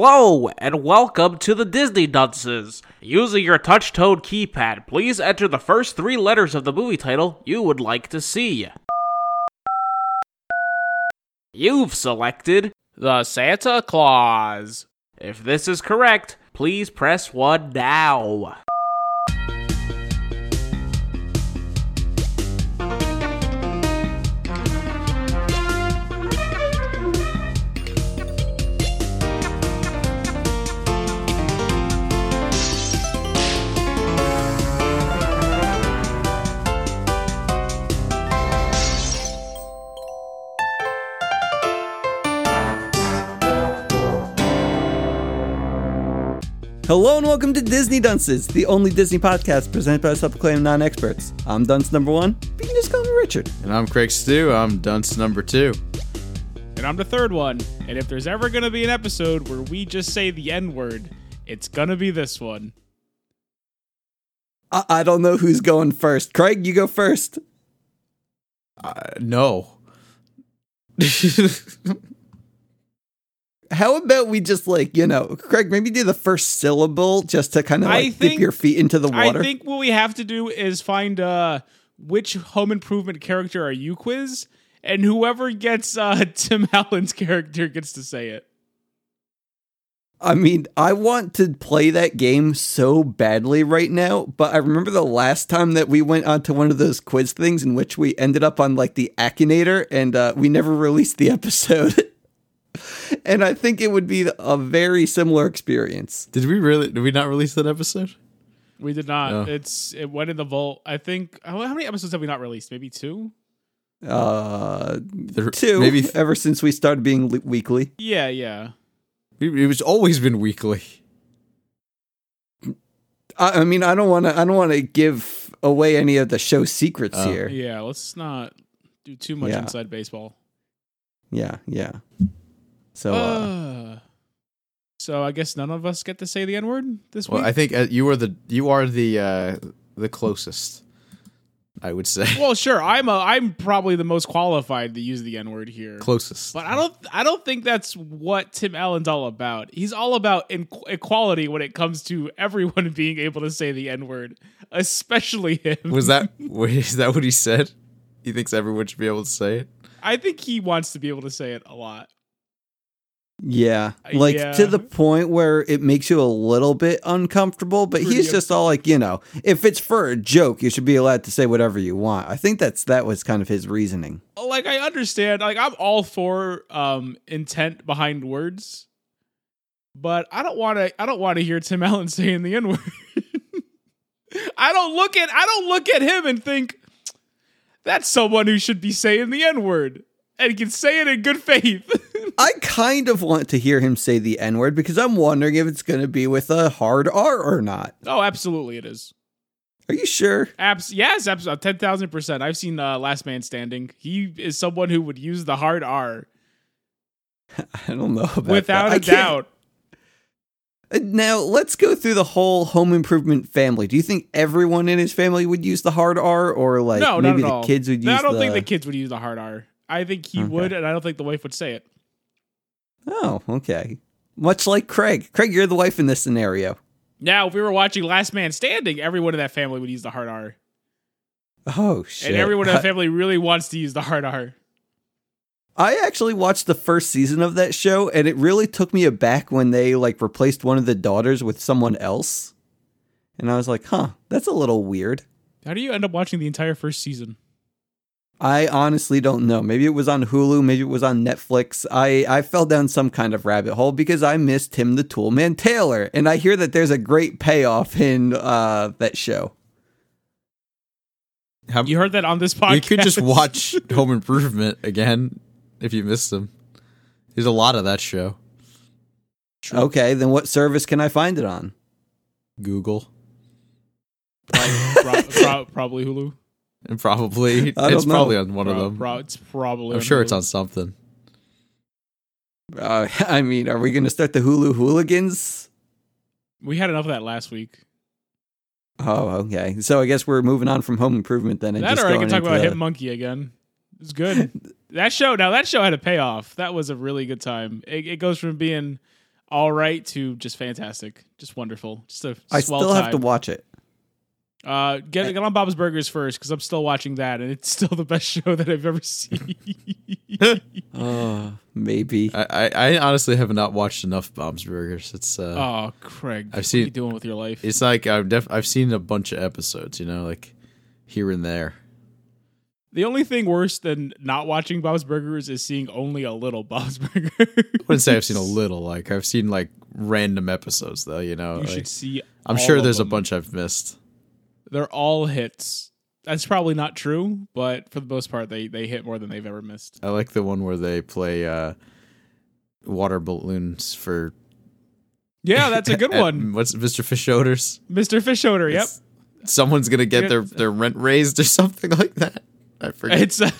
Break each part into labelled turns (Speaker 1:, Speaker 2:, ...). Speaker 1: Hello, and welcome to the Disney Dunces. Using your touch tone keypad, please enter the first three letters of the movie title you would like to see. You've selected The Santa Claus. If this is correct, please press 1 now.
Speaker 2: Hello and welcome to Disney Dunces, the only Disney podcast presented by self-acclaimed non-experts. I'm Dunce number one. You can just call me Richard.
Speaker 3: And I'm Craig Stew. I'm dunce number two.
Speaker 4: And I'm the third one. And if there's ever going to be an episode where we just say the N word, it's going to be this one.
Speaker 2: I-, I don't know who's going first. Craig, you go first.
Speaker 3: Uh, no.
Speaker 2: How about we just like you know, Craig? Maybe do the first syllable just to kind of
Speaker 4: I
Speaker 2: like dip
Speaker 4: think-
Speaker 2: your feet into the water.
Speaker 4: I think what we have to do is find uh, which home improvement character are you quiz, and whoever gets uh, Tim Allen's character gets to say it.
Speaker 2: I mean, I want to play that game so badly right now, but I remember the last time that we went onto one of those quiz things in which we ended up on like the Akinator and uh, we never released the episode. and I think it would be a very similar experience.
Speaker 3: Did we really? Did we not release that episode?
Speaker 4: We did not.
Speaker 3: Oh.
Speaker 4: It's it went in the vault. I think how how many episodes have we not released? Maybe two.
Speaker 2: Uh,
Speaker 3: There-
Speaker 2: two,
Speaker 3: Maybe
Speaker 2: maybe
Speaker 3: th-
Speaker 2: ever since we started being le- weekly.
Speaker 4: Yeah, yeah.
Speaker 3: it was always been weekly.
Speaker 2: I, I mean, I don't want to. I don't want to give away any of the show secrets
Speaker 3: Oh.
Speaker 2: here.
Speaker 4: Yeah, let's not do too much
Speaker 2: Yeah.
Speaker 4: inside baseball.
Speaker 2: Yeah, yeah. So uh,
Speaker 4: Uh, so I guess none of us get to say the N word this
Speaker 3: Well,
Speaker 4: week.
Speaker 3: I think uh, you were the you are the uh, the closest. I would say
Speaker 4: Well, sure. I'm a, I'm probably the most qualified to use the N word here.
Speaker 3: closest.
Speaker 4: But I don't I don't think that's what Tim Allen's all about. He's all about in- equality when it comes to everyone being able to say the N word, especially him.
Speaker 3: Was that is that what he said? He thinks everyone should be able to say it.
Speaker 4: I think he wants to be able to say it a lot.
Speaker 2: Yeah. Like
Speaker 4: Uh, yeah.
Speaker 2: to the point where it makes you a little bit uncomfortable, but
Speaker 4: Pretty
Speaker 2: he's just all like, you know, if it's for a joke, you should be allowed to say whatever you want. I think that's that was kind of his reasoning.
Speaker 4: Like I understand, like I'm all for um intent behind words. But I don't want to I don't want to hear Tim Allen saying the N-word. I don't look at I don't look at him and think that's someone who should be saying the N-word and can say it in good faith.
Speaker 2: I kind of want to hear him say the N-word because I'm wondering if it's going to be with a hard R or not.
Speaker 4: Oh, absolutely, it is.
Speaker 2: Are you sure?
Speaker 4: Abs- yes, absolutely, ten thousand percent. I've seen uh, Last Man Standing. He is someone who would use the hard R
Speaker 2: I don't know about
Speaker 4: without
Speaker 2: that. I
Speaker 4: a
Speaker 2: can't- Uh,
Speaker 4: doubt.
Speaker 2: Now, let's go through the whole home improvement family. Do you think everyone in his family would use the hard R or like
Speaker 4: no,
Speaker 2: maybe
Speaker 4: not at
Speaker 2: the
Speaker 4: all.
Speaker 2: kids would use
Speaker 4: No, I don't think
Speaker 2: the
Speaker 4: the kids would use the hard R. I think he
Speaker 2: Okay.
Speaker 4: would, and I don't think the wife would say it.
Speaker 2: Oh, okay. Much like Craig. Craig, you're the wife in this scenario.
Speaker 4: Now, if we were watching Last Man Standing, everyone in that family would use the hard R,
Speaker 2: Oh shit!
Speaker 4: and everyone
Speaker 2: I,
Speaker 4: in that family really wants to use the hard R.
Speaker 2: I actually watched the first season of that show, and it really took me aback when they like replaced one of the daughters with someone else, and I was like, "Huh, that's a little weird."
Speaker 4: How do you end up watching the entire first season?
Speaker 2: I honestly don't know. Maybe it was on Hulu. Maybe it was on Netflix. I, I fell down some kind of rabbit hole because I missed Tim the Toolman Taylor, and I hear that there's a great payoff in uh, that show.
Speaker 3: How,
Speaker 4: You heard that on this podcast.
Speaker 3: we could just watch Home Improvement again if you missed them. There's a lot of that show.
Speaker 2: Okay, then what service can I find it on?
Speaker 3: Google
Speaker 4: Prob- prob- probably Hulu.
Speaker 3: and probably
Speaker 2: I don't
Speaker 3: it's probably
Speaker 2: know.
Speaker 3: on one
Speaker 4: Prob-
Speaker 3: of them.
Speaker 4: prob- it's probably.
Speaker 3: I'm sure it's
Speaker 4: Hulu.
Speaker 3: on something.
Speaker 2: Uh, I mean, are we going to start the Hulu hooligans?
Speaker 4: We had enough of that last week.
Speaker 2: Oh, okay. So I guess we're moving on from Home Improvement then. And
Speaker 4: that
Speaker 2: just
Speaker 4: or I
Speaker 2: going
Speaker 4: can talk
Speaker 2: into
Speaker 4: about
Speaker 2: the-
Speaker 4: Hit Monkey again. It's good. that show now that show had a payoff. That was a really good time. It, it goes from being all right to just fantastic, just wonderful, just a
Speaker 2: I
Speaker 4: swell
Speaker 2: still
Speaker 4: time.
Speaker 2: have to watch it.
Speaker 4: Uh, get get on Bob's Burgers first because I'm still watching that, and it's still the best show that I've ever seen.
Speaker 2: Maybe.
Speaker 4: Uh,
Speaker 3: I, I, I honestly have not watched enough Bob's Burgers. It's uh,
Speaker 4: oh, Craig, what are
Speaker 3: seen-
Speaker 4: you doing with your life?
Speaker 3: it's like I've def- I've seen a bunch of episodes, you know, like here and there.
Speaker 4: the only thing worse than not watching Bob's Burgers is seeing only a little Bob's Burgers.
Speaker 3: I wouldn't say I've seen a little. Like I've seen like random episodes though, you know.
Speaker 4: you
Speaker 3: like,
Speaker 4: should see.
Speaker 3: I'm
Speaker 4: all
Speaker 3: sure
Speaker 4: of
Speaker 3: there's
Speaker 4: them.
Speaker 3: a bunch I've missed.
Speaker 4: They're all hits. That's probably not true, but for the most part, they they hit more than they've ever missed.
Speaker 3: I like the one where they play uh, water balloons for
Speaker 4: Yeah, that's a good
Speaker 3: at-
Speaker 4: one,
Speaker 3: What's it, Mr. Fish Odors?
Speaker 4: Mr. Fish Odor. Yep,
Speaker 3: It's- Someone's gonna get their their rent raised or something like that. I forget.
Speaker 4: It's. i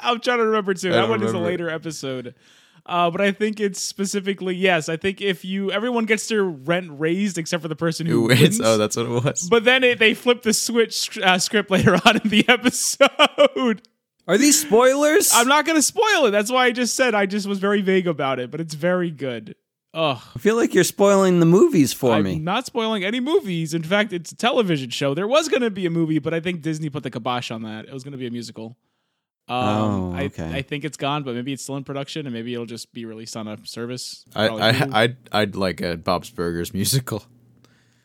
Speaker 4: I'm trying to remember too. That
Speaker 3: don't
Speaker 4: one is a
Speaker 3: remember.
Speaker 4: later episode. Uh, but I think it's specifically yes. I think if you everyone gets their rent raised except for the person who
Speaker 3: Who
Speaker 4: wins.
Speaker 3: wins? Oh, that's what it was.
Speaker 4: but then it, they flip the switch sc- uh, script later on in the episode.
Speaker 2: Are these spoilers?
Speaker 4: I'm not going to spoil it. That's why I just said I just was very vague about it. But it's very good. Ugh.
Speaker 2: I feel like you're spoiling the movies for
Speaker 4: I'm
Speaker 2: me.
Speaker 4: not spoiling any movies. In fact, it's a television show. There was going to be a movie, but I think Disney put the kibosh on that. It was going to be a musical. Um,
Speaker 2: Oh,
Speaker 4: I-
Speaker 2: okay.
Speaker 4: I, think it's gone, but maybe it's still in production, and maybe it'll just be released on a service.
Speaker 3: I,
Speaker 4: Probably Hulu.
Speaker 3: I I'd I'd like a Bob's Burgers musical.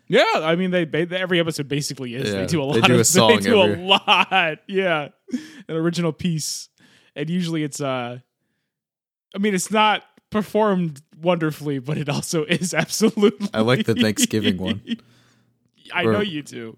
Speaker 4: yeah, I mean, they, ba- every episode basically is.
Speaker 3: Yeah,
Speaker 4: they do a lot.
Speaker 3: they do
Speaker 4: of,
Speaker 3: a song
Speaker 4: They do
Speaker 3: every-
Speaker 4: a lot. Yeah, an original piece, and usually it's. uh I mean, it's not performed wonderfully, but it also is absolutely.
Speaker 3: I like the Thanksgiving one.
Speaker 4: I
Speaker 3: Or-
Speaker 4: know you do.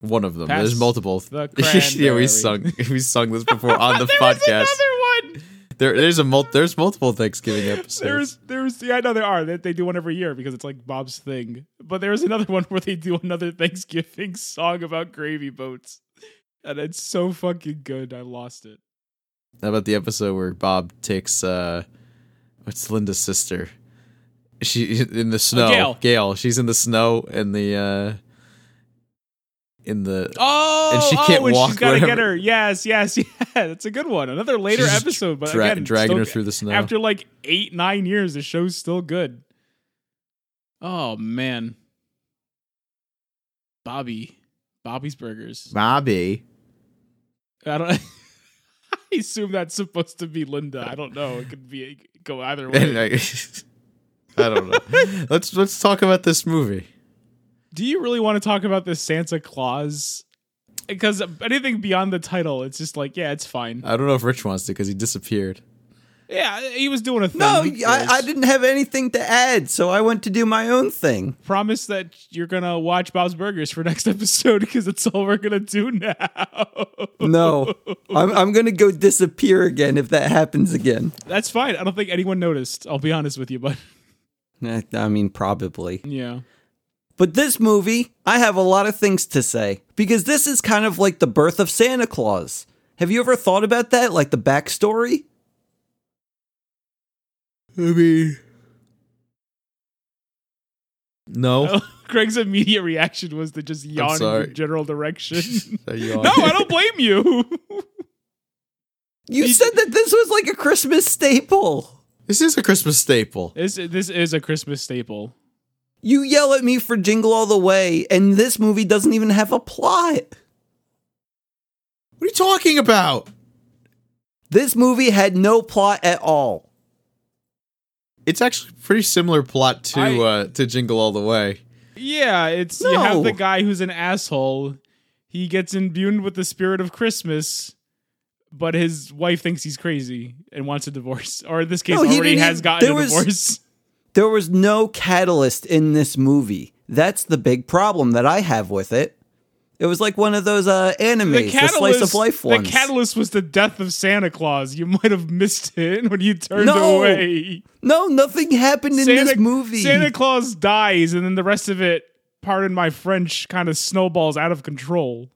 Speaker 3: One of them.
Speaker 4: Pass
Speaker 3: There's multiple.
Speaker 4: the
Speaker 3: yeah, we
Speaker 4: cranberry.
Speaker 3: sung we sung this before on the
Speaker 4: there
Speaker 3: podcast.
Speaker 4: Was another one.
Speaker 3: There there's a mul- there's multiple Thanksgiving episodes.
Speaker 4: There's, there's, yeah, I know there are. They, they do one every year because it's like Bob's thing. But there's another one where they do another Thanksgiving song about gravy boats, and it's so fucking good. I lost it.
Speaker 3: How about the episode where Bob takes uh what's Linda's sister? She in the snow.
Speaker 4: Gail.
Speaker 3: She's in the snow and the uh in the
Speaker 4: Oh,
Speaker 3: And she can't
Speaker 4: oh, and
Speaker 3: walk,
Speaker 4: She's gotta get
Speaker 3: whatever.
Speaker 4: her. Yes, yes, yeah. That's a good one. Another later
Speaker 3: she's just
Speaker 4: episode, but
Speaker 3: dra-
Speaker 4: again,
Speaker 3: dragging
Speaker 4: still
Speaker 3: her
Speaker 4: good.
Speaker 3: through the snow.
Speaker 4: After like eight, nine years, the show's still good. Oh man, Bobby, Bobby's Burgers.
Speaker 3: Bobby.
Speaker 4: I don't. I assume that's supposed to be Linda. I don't know. It could be it could go either way.
Speaker 3: Anyway, I don't know. let's let's talk about this movie.
Speaker 4: Do you really want to talk about this Santa Claus? Because anything beyond the title, it's just like, yeah, it's fine.
Speaker 3: I don't know if Rich wants to because he disappeared.
Speaker 4: Yeah, he was doing a thing.
Speaker 2: no, I,
Speaker 4: Who cares?
Speaker 2: I didn't have anything to add, so I went to do my own thing.
Speaker 4: promise that you're gonna watch Bob's Burgers for next episode because that's all we're gonna do now.
Speaker 2: No, I'm, I'm going to go disappear again if that happens again.
Speaker 4: that's fine. I don't think anyone noticed. I'll be honest with you, but
Speaker 2: Eh, I mean, probably.
Speaker 4: yeah,
Speaker 2: But this movie, I have a lot of things to say because this is kind of like the birth of Santa Claus. Have you ever thought about that? Like the backstory?
Speaker 3: I mean, no.
Speaker 4: Craig's immediate reaction was to just yawn in your
Speaker 3: sorry.
Speaker 4: general direction.
Speaker 3: Are you on?
Speaker 4: no, I don't blame you.
Speaker 2: You said that this was like a Christmas staple.
Speaker 3: This is a Christmas staple.
Speaker 4: This this is a Christmas staple.
Speaker 2: You yell at me for Jingle All the Way, and this movie doesn't even have a plot.
Speaker 3: What are you talking about?
Speaker 2: This movie had no plot at all.
Speaker 3: It's actually pretty similar plot to
Speaker 4: I-
Speaker 3: uh, to Jingle All the Way.
Speaker 4: Yeah, it's you have
Speaker 2: No.
Speaker 4: the guy who's an asshole. He gets imbued with the spirit of Christmas, but his wife thinks he's crazy and wants a divorce. Or in this case,
Speaker 2: No, he
Speaker 4: already
Speaker 2: didn't
Speaker 4: has
Speaker 2: even-
Speaker 4: gotten a
Speaker 2: there was-
Speaker 4: divorce.
Speaker 2: There was no catalyst in this movie. That's the big problem that I have with it. It was like one of those uh, animes, the, slice of life ones.
Speaker 4: the catalyst was the death of Santa Claus. You might have missed it when you turned
Speaker 2: No.
Speaker 4: away.
Speaker 2: no, nothing happened in this movie.
Speaker 4: Santa Claus dies, and then the rest of it, pardon my French, kind of snowballs out of control.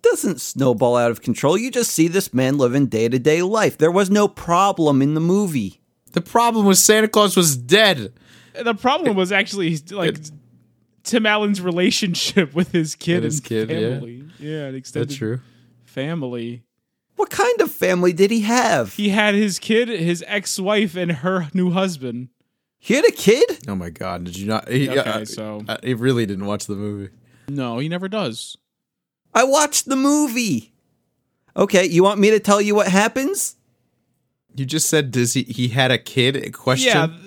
Speaker 2: doesn't snowball out of control. You just see this man living day to day life. There was no problem in the movie.
Speaker 3: The problem was Santa Claus was dead.
Speaker 4: The problem was actually like
Speaker 3: it-
Speaker 4: Tim Allen's relationship with his kid and
Speaker 3: his kid, yeah.
Speaker 4: family. Yeah, an extended
Speaker 3: That's true.
Speaker 4: family.
Speaker 2: What kind of family did he have?
Speaker 4: He had his kid, his ex-wife, and her new husband.
Speaker 2: He had a kid?
Speaker 3: Oh my god, did you not? He,
Speaker 4: Okay,
Speaker 3: I-
Speaker 4: so
Speaker 3: I, he really didn't watch the movie.
Speaker 4: no, he never does.
Speaker 2: I watched the movie. Okay, you want me to tell you what happens?
Speaker 3: You just said does he? He had a kid? Question.
Speaker 4: Yeah, th-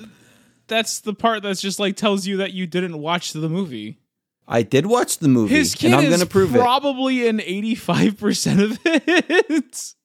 Speaker 4: that's the part that's just like tells you that you didn't watch the movie.
Speaker 2: I did watch the movie,
Speaker 4: His kid
Speaker 2: and I'm
Speaker 4: is
Speaker 2: going to prove it.
Speaker 4: probably in eighty-five percent of it.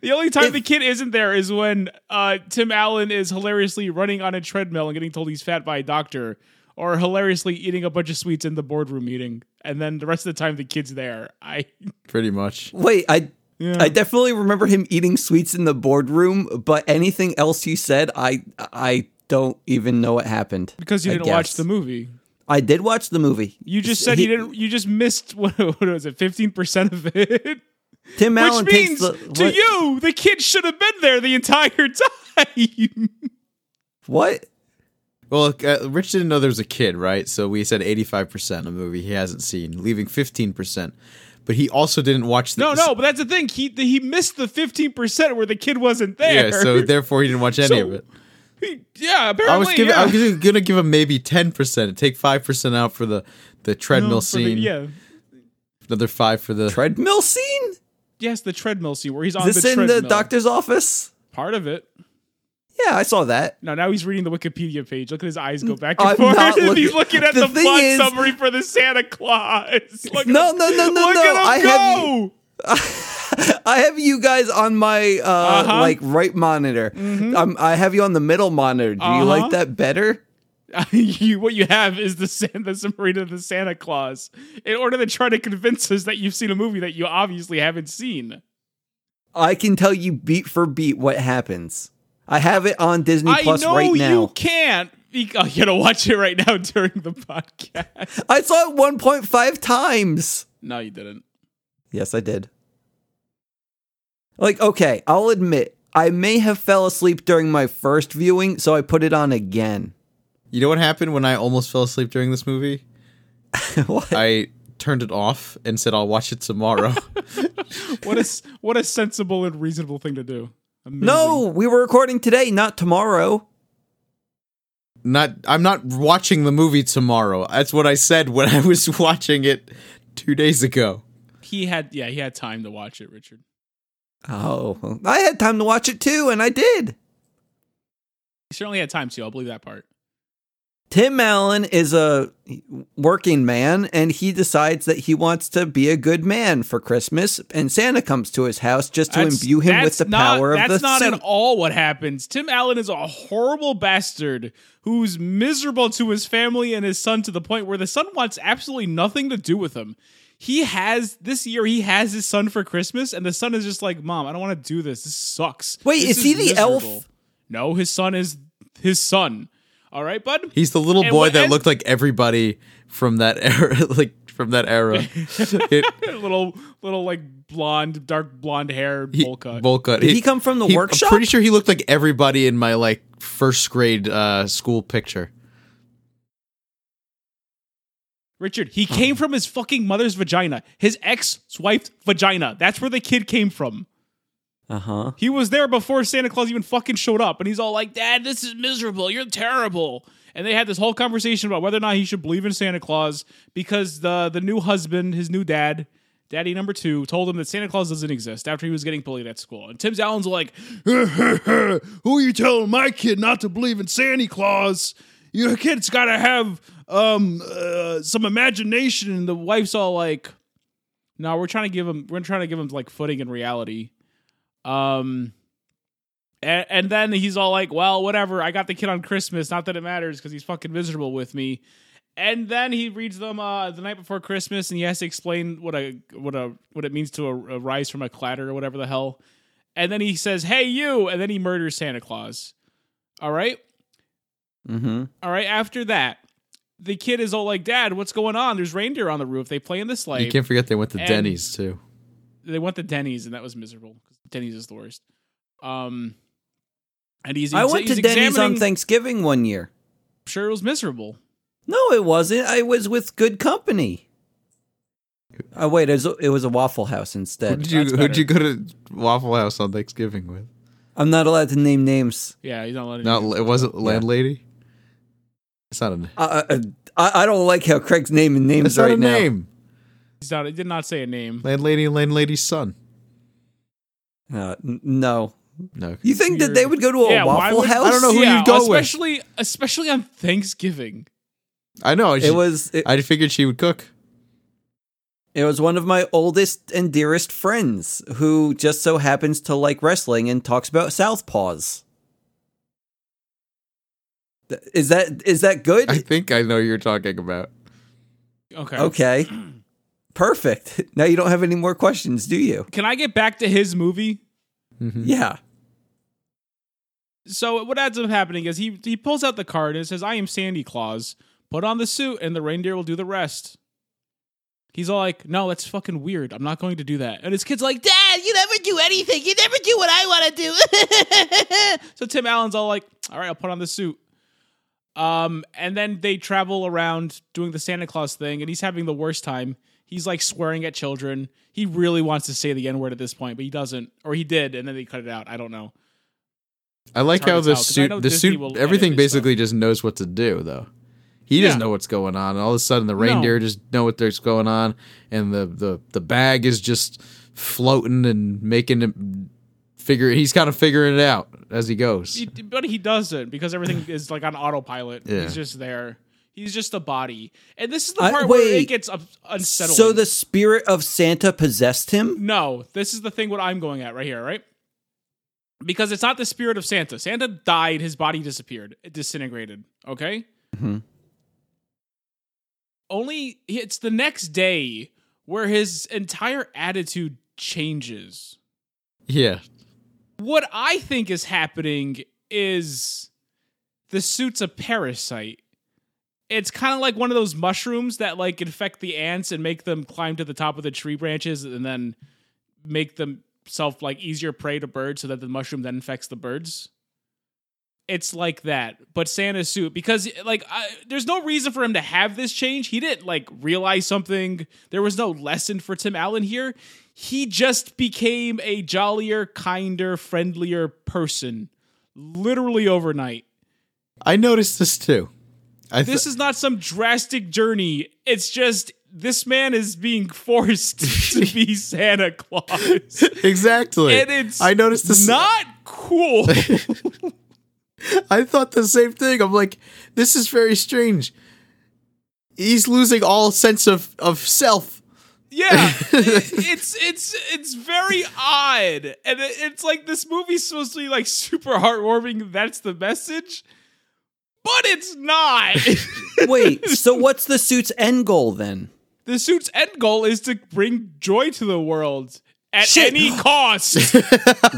Speaker 4: The only time
Speaker 2: If-
Speaker 4: the kid isn't there is when uh, Tim Allen is hilariously running on a treadmill and getting told he's fat by a doctor, or hilariously eating a bunch of sweets in the boardroom meeting, and then the rest of the time the kid's there. I
Speaker 3: pretty much.
Speaker 2: Wait, I
Speaker 4: Yeah.
Speaker 2: I definitely remember him eating sweets in the boardroom, but anything else he said, I I don't even know what happened.
Speaker 4: because you
Speaker 2: I
Speaker 4: didn't watch
Speaker 2: guess.
Speaker 4: the movie.
Speaker 2: I did watch the movie.
Speaker 4: You just said
Speaker 2: He-
Speaker 4: you didn't. You just missed what, what was it? Fifteen percent of it,
Speaker 2: Tim Allen
Speaker 4: which
Speaker 2: takes
Speaker 4: means
Speaker 2: the
Speaker 4: to
Speaker 2: what-
Speaker 4: you the kid should have been there the entire time.
Speaker 2: What?
Speaker 3: Well, uh, Rich didn't know there was a kid, right? So we said 85% of the movie he hasn't seen, leaving 15%. But he also didn't watch the
Speaker 4: No, no, but that's the thing. He he missed the fifteen percent where the kid wasn't there.
Speaker 3: Yeah, so therefore he didn't watch any
Speaker 4: So-
Speaker 3: of it.
Speaker 4: He- yeah, apparently.
Speaker 3: I was giving,
Speaker 4: yeah.
Speaker 3: I was gonna- gonna give him maybe 10%, take 5% out for the the treadmill
Speaker 4: No, for the-
Speaker 3: scene,
Speaker 4: yeah.
Speaker 3: another 5 for the
Speaker 2: Treadmill scene?
Speaker 4: Yes, the treadmill scene where he's on
Speaker 2: Is this
Speaker 4: the
Speaker 2: in
Speaker 4: treadmill.
Speaker 2: the doctor's office?
Speaker 4: Part of it.
Speaker 2: Yeah, I saw that.
Speaker 4: No, now he's reading the Wikipedia page. Look at his eyes go back and
Speaker 2: I'm
Speaker 4: forth.
Speaker 2: not
Speaker 4: and he's
Speaker 2: looking-
Speaker 4: looking at
Speaker 2: The
Speaker 4: the,
Speaker 2: thing
Speaker 4: plot
Speaker 2: is-
Speaker 4: summary for the Santa Claus. Look at
Speaker 2: No,
Speaker 4: him-
Speaker 2: no, no, no,
Speaker 4: look
Speaker 2: no.
Speaker 4: At him
Speaker 2: I
Speaker 4: go!
Speaker 2: have I have you guys on my uh,
Speaker 4: Uh-huh. Mm-hmm.
Speaker 2: like right monitor. I'm, I have you on the middle monitor. Do you
Speaker 4: Uh-huh.
Speaker 2: like that better?
Speaker 4: you, what you have is the San, the Samarita of the Santa Claus in order to try to convince us that you've seen a movie that you obviously haven't seen.
Speaker 2: I can tell you beat for beat what happens. I have it on Disney
Speaker 4: I
Speaker 2: Plus
Speaker 4: know
Speaker 2: right now.
Speaker 4: you can't. be- Oh, you gotta watch it right now during the podcast.
Speaker 2: I saw it 1.5 times.
Speaker 4: no, you didn't.
Speaker 2: Yes, I did. Like, okay, I'll admit, I may have fell asleep during my first viewing, so I put it on again.
Speaker 3: You know what happened when I almost fell asleep during this movie?
Speaker 2: what?
Speaker 3: I turned it off and said I'll watch it tomorrow.
Speaker 4: What a s- what a sensible and reasonable thing to do. Amazing.
Speaker 2: no, we were recording today, not tomorrow.
Speaker 3: not I'm not watching the movie tomorrow. That's what I said when I was watching it 2 days ago.
Speaker 4: he had yeah he had time to watch it, Richard.
Speaker 2: Oh, I had time to watch it too, and I did.
Speaker 4: He certainly had time to. I'll believe that part.
Speaker 2: Tim Allen is a working man and he decides that he wants to be a good man for Christmas and Santa comes to his house just to
Speaker 4: That's-
Speaker 2: imbue him with
Speaker 4: that's
Speaker 2: the
Speaker 4: not-
Speaker 2: power of the
Speaker 4: That's not
Speaker 2: suit.
Speaker 4: at all what happens. Tim Allen is a horrible bastard who's miserable to his family and his son to the point where the son wants absolutely nothing to do with him. He has this year he has his son for Christmas and the son is just like, "Mom, I don't want to do this. This sucks."
Speaker 2: Wait,
Speaker 4: This
Speaker 2: is he the elf?
Speaker 4: No, his son is his son. All right, bud.
Speaker 3: He's the little
Speaker 4: And
Speaker 3: boy
Speaker 4: what-
Speaker 3: that
Speaker 4: and-
Speaker 3: looked like everybody from that era, like from that era. It-
Speaker 4: little little like blonde, dark blonde hair,
Speaker 3: he-
Speaker 4: bowl cut.
Speaker 3: bowl cut.
Speaker 2: Did he come from the workshop?
Speaker 3: I'm pretty sure he looked like everybody in my like first grade uh, school picture.
Speaker 4: Richard, he came from his fucking mother's vagina, his ex-wife's vagina. That's where the kid came from.
Speaker 2: uh-huh.
Speaker 4: He was there before Santa Claus even fucking showed up, and he's all like, "Dad, this is miserable. You're terrible." And they had this whole conversation about whether or not he should believe in Santa Claus because the the new husband, his new dad, daddy number two, told him that Santa Claus doesn't exist after he was getting bullied at school. And Tim Allen's like, "Who are you telling my kid not to believe in Santa Claus? Your kid's got to have um uh, some imagination." And the wife's all like, "No, we're trying to give him. We're trying to give him like footing in reality." Um, and, and then he's all like, "Well, whatever. I got the kid on Christmas. Not that it matters because he's fucking miserable with me." And then he reads them uh, the night before Christmas, and he has to explain what a what a what it means to a, a rise from a clatter or whatever the hell. And then he says, "Hey, you!" And then he murders Santa Claus. All right.
Speaker 2: Mm-hmm.
Speaker 4: All right. After that, the kid is all like, "Dad, what's going on? There's reindeer on the roof. They play in the sleigh."
Speaker 3: You can't forget they went to
Speaker 4: And-
Speaker 3: Denny's too.
Speaker 4: they went to Denny's and that was miserable because Denny's is the worst. Um, and he's,
Speaker 2: I
Speaker 4: he's-
Speaker 2: went
Speaker 4: he's
Speaker 2: to Denny's on
Speaker 4: examining-
Speaker 2: Thanksgiving one year.
Speaker 4: Sure, it was miserable.
Speaker 2: No, it wasn't. I was with good company. Oh wait, it was, it was a Waffle House
Speaker 3: Who
Speaker 2: instead.
Speaker 3: did you
Speaker 4: That's
Speaker 3: Who did
Speaker 4: better.
Speaker 3: you go to Waffle House on Thanksgiving with?
Speaker 2: I'm not allowed to name names.
Speaker 4: Yeah, he's not letting.
Speaker 3: Not
Speaker 4: you.
Speaker 3: it wasn't landlady. It's not a.
Speaker 2: I, I, I I don't like how Craig's naming names
Speaker 3: It's
Speaker 2: right
Speaker 3: not a
Speaker 2: now.
Speaker 3: name.
Speaker 4: He's not. He did not say a name.
Speaker 3: Landlady and landlady's son.
Speaker 2: Uh, n- no,
Speaker 3: No.
Speaker 2: you think that they would go to a
Speaker 4: Yeah, why
Speaker 2: Waffle
Speaker 4: would-
Speaker 2: House?
Speaker 3: I don't know who
Speaker 4: yeah,
Speaker 3: you'd go with.
Speaker 4: especially especially on Thanksgiving.
Speaker 3: I know. She,
Speaker 2: It was it,
Speaker 3: I figured she would cook.
Speaker 2: it was one of my oldest and dearest friends who just so happens to like wrestling and talks about southpaws. Th- Is that is that good?
Speaker 3: I think I know who you're talking about.
Speaker 4: Okay.
Speaker 2: Okay. Perfect. Now you don't have any more questions, do you?
Speaker 4: Can I get back to his movie?
Speaker 3: Mm-hmm.
Speaker 2: Yeah.
Speaker 4: So what ends up happening is he he pulls out the card and says, "I am Sandy Claus. Put on the suit, and the reindeer will do the rest." He's all like, "No, that's fucking weird. I'm not going to do that." And his kid's like, "Dad, you never do anything. You never do what I want to do." so Tim Allen's all like, "All right, I'll put on the suit." Um, and then they travel around doing the Santa Claus thing, and he's having the worst time. He's like swearing at children. He really wants to say the N word at this point, but he doesn't, or he did, and then they cut it out. I don't know.
Speaker 3: I like
Speaker 4: hard
Speaker 3: how
Speaker 4: to
Speaker 3: the
Speaker 4: tell, 'cause I know
Speaker 3: suit, the
Speaker 4: Disney
Speaker 3: suit,
Speaker 4: will edit
Speaker 3: everything
Speaker 4: this stuff.
Speaker 3: basically just knows what to do, though. He doesn't
Speaker 4: Yeah.
Speaker 3: know what's going on, and all of a sudden the reindeer just know what there's going on, and the the the bag is just floating and making him figure. He's kind of figuring it out as he goes.
Speaker 4: He- but he doesn't because everything is like on autopilot.
Speaker 3: Yeah.
Speaker 4: He's just there. He's just a body. And this is the
Speaker 2: I-
Speaker 4: part where it
Speaker 2: wait.
Speaker 4: gets up, unsettling.
Speaker 2: So the spirit of Santa possessed him?
Speaker 4: no, this is the thing what I'm going at right here, right? Because it's not the spirit of Santa. Santa died, his body disappeared, it disintegrated, okay?
Speaker 2: Mhm.
Speaker 4: Only it's the next day where his entire attitude changes.
Speaker 3: yeah,
Speaker 4: What I think is happening is the suit's a parasite. It's kind of like one of those mushrooms that like infect the ants and make them climb to the top of the tree branches and then make themselves like easier prey to birds so that the mushroom then infects the birds. It's like that, but Santa's suit because like I, there's no reason for him to have this change. He didn't like realize something. There was no lesson for Tim Allen here. He just became a jollier, kinder, friendlier person literally overnight.
Speaker 3: I noticed this too. I
Speaker 4: This is not some drastic journey. It's just this man is being forced to be Santa Claus.
Speaker 3: exactly.
Speaker 4: And it's
Speaker 3: I noticed this.
Speaker 4: Not cool.
Speaker 3: I thought the same thing. I'm like, this is very strange. He's losing all sense of of self.
Speaker 4: yeah. It- it's it's it's very odd. And it- it's like this movie's supposed to be like super heartwarming. That's the message. But it's not.
Speaker 2: Wait, so what's the suit's end goal then?
Speaker 4: the suit's end goal is to bring joy to the world at
Speaker 2: Shit.
Speaker 4: any cost.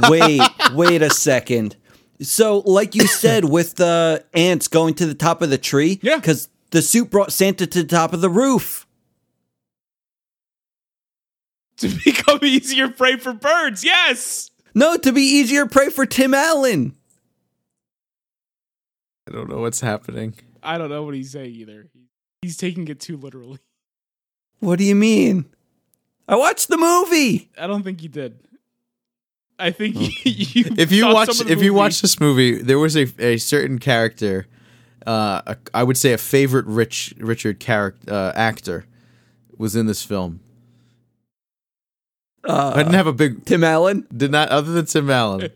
Speaker 2: Wait, wait a second. So, like you said, with the ants going to the top of the tree,
Speaker 4: Yeah.
Speaker 2: because the suit brought Santa to the top of the roof.
Speaker 4: to become easier prey for birds. Yes.
Speaker 2: No, to be easier prey for Tim Allen.
Speaker 3: I don't know what's happening.
Speaker 4: I don't know what he's saying either. He's taking it too literally.
Speaker 2: What do you mean? I watched the movie.
Speaker 4: I don't think he did. I think you.
Speaker 3: Hmm. if you
Speaker 4: saw
Speaker 3: watch
Speaker 4: some
Speaker 3: if
Speaker 4: of the
Speaker 3: you
Speaker 4: movie.
Speaker 3: watch this movie, there was a, a certain character, uh, a, I would say a favorite Rich Richard character uh, actor was in this film. I
Speaker 2: Uh,
Speaker 3: didn't have a big
Speaker 2: Tim Allen.
Speaker 3: did not other than Tim Allen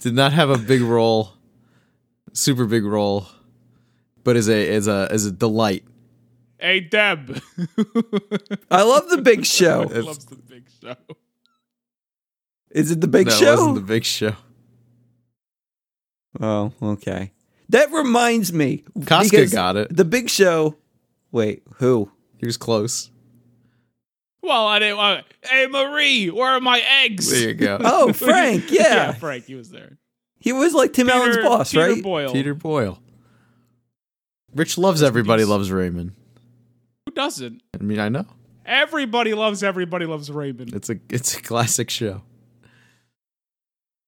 Speaker 3: did not have a big role, super big role, but is a is a is a delight.
Speaker 4: hey Deb
Speaker 2: I love the Big Show.
Speaker 4: loves the big show.
Speaker 2: Is it the Big
Speaker 3: no, it
Speaker 2: Show?
Speaker 3: wasn't the Big Show.
Speaker 2: Oh, okay. That reminds me.
Speaker 3: Casca
Speaker 2: because
Speaker 3: got it.
Speaker 2: The Big Show. Wait, who?
Speaker 3: He was close.
Speaker 4: Well, I didn't want. Hey Marie, where are my eggs?
Speaker 3: There you go.
Speaker 2: Oh, Frank. Yeah.
Speaker 4: yeah, Frank, he was there.
Speaker 2: He was like Tim Allen's
Speaker 4: Peter-
Speaker 2: boss,
Speaker 4: Peter
Speaker 2: right?
Speaker 4: Boyle.
Speaker 3: Peter Boyle. Rich loves everybody
Speaker 4: peace.
Speaker 3: loves Raymond.
Speaker 4: Who doesn't?
Speaker 3: I mean, I know.
Speaker 4: Everybody loves. Everybody loves Raymond.
Speaker 3: It's a it's a classic show.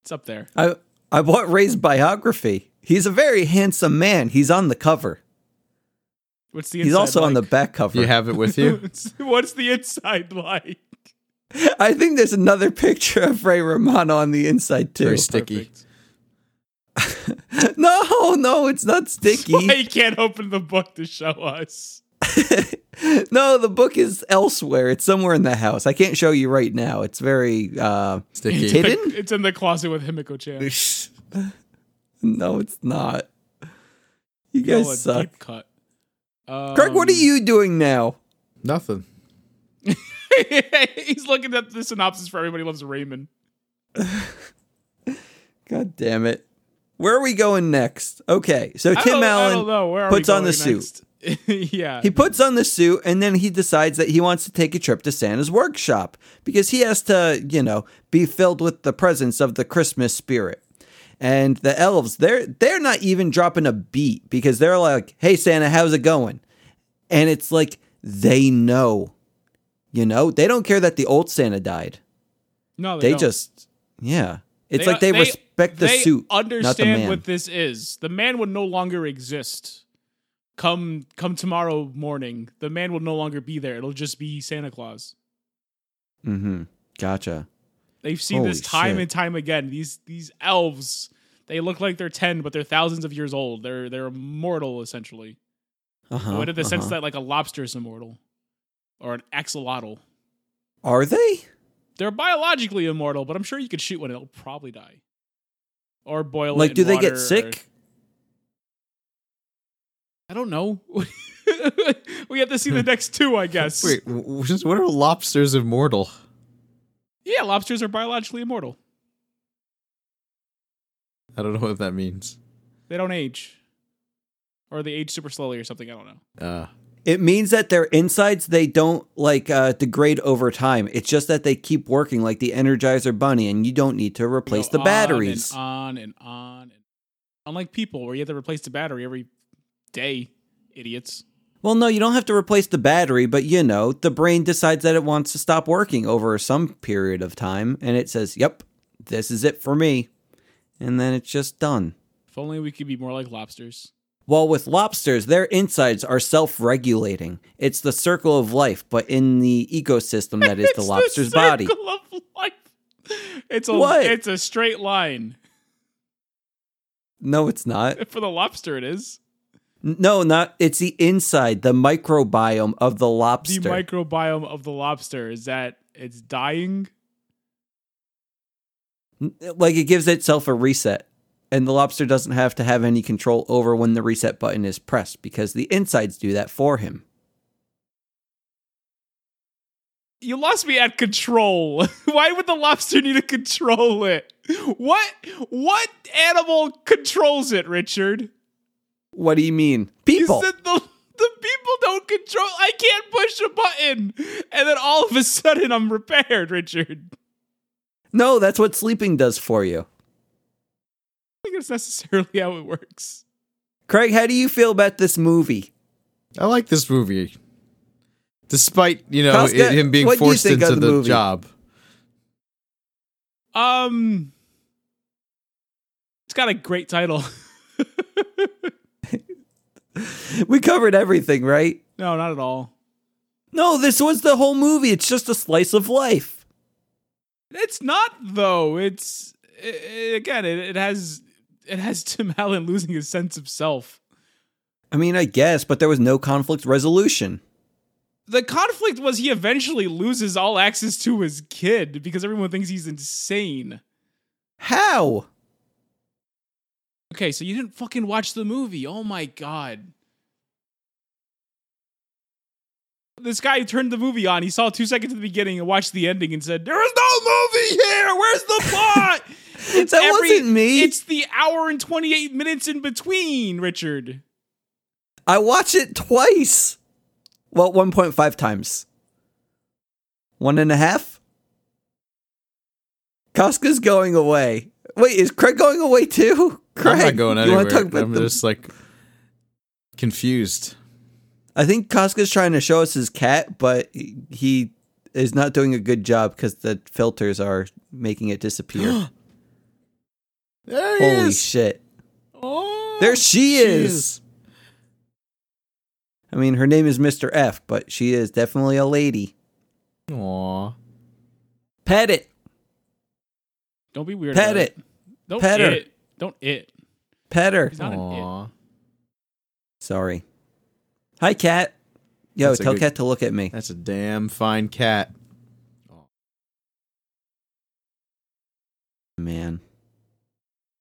Speaker 4: It's up there.
Speaker 2: I I bought Ray's biography. He's a very handsome man. He's on the cover.
Speaker 4: What's the
Speaker 2: He's
Speaker 4: inside
Speaker 2: also on the
Speaker 4: like?
Speaker 2: back cover.
Speaker 3: You have it with you.
Speaker 4: What's the inside like?
Speaker 2: I think there's another picture of Ray Romano on the inside too.
Speaker 3: Very sticky.
Speaker 4: Perfect.
Speaker 2: no, no, it's not
Speaker 4: Why
Speaker 2: sticky.
Speaker 4: you can't open the book to show us?
Speaker 2: no, the book is elsewhere. It's somewhere in the house. I can't show you right now. It's very uh
Speaker 3: Sticky.
Speaker 2: Hidden?
Speaker 4: Like, it's in the closet with Himiko Chan.
Speaker 2: No, it's not. You
Speaker 4: Y'all a
Speaker 2: guys suck.
Speaker 4: deep cut. Um,
Speaker 2: Craig, what are you doing now?
Speaker 3: Nothing.
Speaker 4: he's looking at the synopsis for Everybody Loves Raymond.
Speaker 2: God damn it. Where are we going next? Okay, so
Speaker 4: I
Speaker 2: Tim
Speaker 4: don't- I don't
Speaker 2: Allen
Speaker 4: know. Where are
Speaker 2: puts
Speaker 4: we
Speaker 2: on the
Speaker 4: going
Speaker 2: suit.
Speaker 4: next? yeah.
Speaker 2: He puts on the suit and then he decides that he wants to take a trip to Santa's workshop because he has to, you know, be filled with the presence of the Christmas spirit. And the elves, they're they're not even dropping a beat because they're like, "Hey Santa, how's it going?" And it's like they know. You know, they don't care that the old Santa died.
Speaker 4: no, Oh, they,
Speaker 2: They,
Speaker 4: don't.
Speaker 2: just yeah. It's
Speaker 4: They-
Speaker 2: like they, respect the
Speaker 4: they
Speaker 2: suit,
Speaker 4: Understand
Speaker 2: not the man.
Speaker 4: what this is. The man would no longer exist. Come, come tomorrow morning. The man will no longer be there. It'll just be Santa Claus.
Speaker 2: mm-hmm. Gotcha.
Speaker 4: They've seen this
Speaker 2: Holy
Speaker 4: time
Speaker 2: shit.
Speaker 4: and time again. These these elves, they look like they're ten, but they're thousands of years old. They're they're immortal essentially.
Speaker 2: Uh-huh,
Speaker 4: but in the sense
Speaker 2: uh-huh.
Speaker 4: that like a lobster is immortal, or an axolotl,
Speaker 2: are they?
Speaker 4: they're biologically immortal. But I'm sure you could shoot one; and it'll probably die. Or boil it.
Speaker 2: Like,
Speaker 4: in
Speaker 2: do they get
Speaker 4: water, or-
Speaker 2: sick?
Speaker 4: I don't know. we have to see the next two, I guess.
Speaker 3: Wait, w- w- just- what are lobsters immortal?
Speaker 4: Yeah, lobsters are biologically immortal.
Speaker 3: I don't know what that means.
Speaker 4: They don't age, or they age super slowly or something. I don't know.
Speaker 3: Uh,
Speaker 2: It means that their insides they don't like uh, degrade over time. It's just that they keep working like the Energizer Bunny, and you don't need to
Speaker 4: You know,
Speaker 2: replace the
Speaker 4: on
Speaker 2: batteries.
Speaker 4: and on and on. And unlike people, where you have to replace the battery every day, idiots.
Speaker 2: Well, no, you don't have to replace the battery, but you know the brain decides that it wants to stop working over some period of time, and it says, "Yep, this is it for me," and then it's just done.
Speaker 4: If only we could be more like lobsters.
Speaker 2: While with lobsters, their insides are self regulating. It's the circle of life, but in the ecosystem that is the lobster's body.
Speaker 4: circle of life. It's a
Speaker 2: What?
Speaker 4: it's a straight line
Speaker 2: No, it's not.
Speaker 4: for the lobster. It is
Speaker 2: N- No, not. It's the inside, the microbiome of the
Speaker 4: the
Speaker 2: lobster.
Speaker 4: microbiome of the lobster is that it's dying.
Speaker 2: N- like it gives itself a reset. And the lobster doesn't have to have any control over when the reset button is pressed because the insides do that for him.
Speaker 4: You lost me at control. Why would the lobster need to control it? What what animal controls it, Richard?
Speaker 2: What do you mean? People.
Speaker 4: You said the, the people don't control. I can't push a button, and then all of a sudden I'm repaired, Richard.
Speaker 2: no, that's what sleeping does for you.
Speaker 4: I think that's necessarily how it works.
Speaker 2: Craig, how do you feel about this movie?
Speaker 3: I like this movie, despite you know
Speaker 2: How's
Speaker 3: it-
Speaker 2: that-
Speaker 3: him being
Speaker 2: what do you
Speaker 3: forced
Speaker 2: think of
Speaker 3: into
Speaker 2: the
Speaker 3: the,
Speaker 2: movie?
Speaker 3: job.
Speaker 4: Um, it's got a great title.
Speaker 2: We covered everything, right?
Speaker 4: no, not at all.
Speaker 2: No, this was the whole movie. It's just a slice of life.
Speaker 4: It's not though. It's i i- again, it, it has it has Tim Allen losing his sense of self.
Speaker 2: I mean, I guess, but there was no conflict resolution.
Speaker 4: the conflict was he eventually loses all access to his kid because everyone thinks he's insane.
Speaker 2: How?
Speaker 4: Okay, so you didn't fucking watch the movie. Oh my god. This guy turned the movie on. He saw two seconds at the beginning and watched the ending and said, There is no movie here! Where's the plot? It's
Speaker 2: That wasn't me.
Speaker 4: It's the hour and 28 minutes in between, Richard.
Speaker 2: I watch it twice. Well, 1.5 times. One and a half? Casca's going away. Wait, is Craig going away too? Craig,
Speaker 3: I'm not going
Speaker 2: you
Speaker 3: anywhere.
Speaker 2: want to talk about
Speaker 3: I'm
Speaker 2: the-
Speaker 3: just like confused.
Speaker 2: I think Casca's trying to show us his cat, but he- he is not doing a good job because the filters are making it disappear.
Speaker 3: There he
Speaker 2: Holy
Speaker 3: is.
Speaker 2: shit.
Speaker 4: Oh.
Speaker 2: There she, is. I mean, her name is Mr. F, but she is definitely a lady.
Speaker 3: Aw.
Speaker 2: Pet it.
Speaker 4: Don't be weird.
Speaker 2: Pet
Speaker 4: about
Speaker 2: it.
Speaker 4: Don't
Speaker 2: Pet her.
Speaker 4: it. Don't it.
Speaker 2: Pet her.
Speaker 4: He's not an it.
Speaker 3: Aw.
Speaker 2: Sorry. Hi, cat. Yo,
Speaker 3: That's a
Speaker 2: tell
Speaker 3: good-
Speaker 2: cat to look at me.
Speaker 3: That's a damn fine cat.
Speaker 2: Man.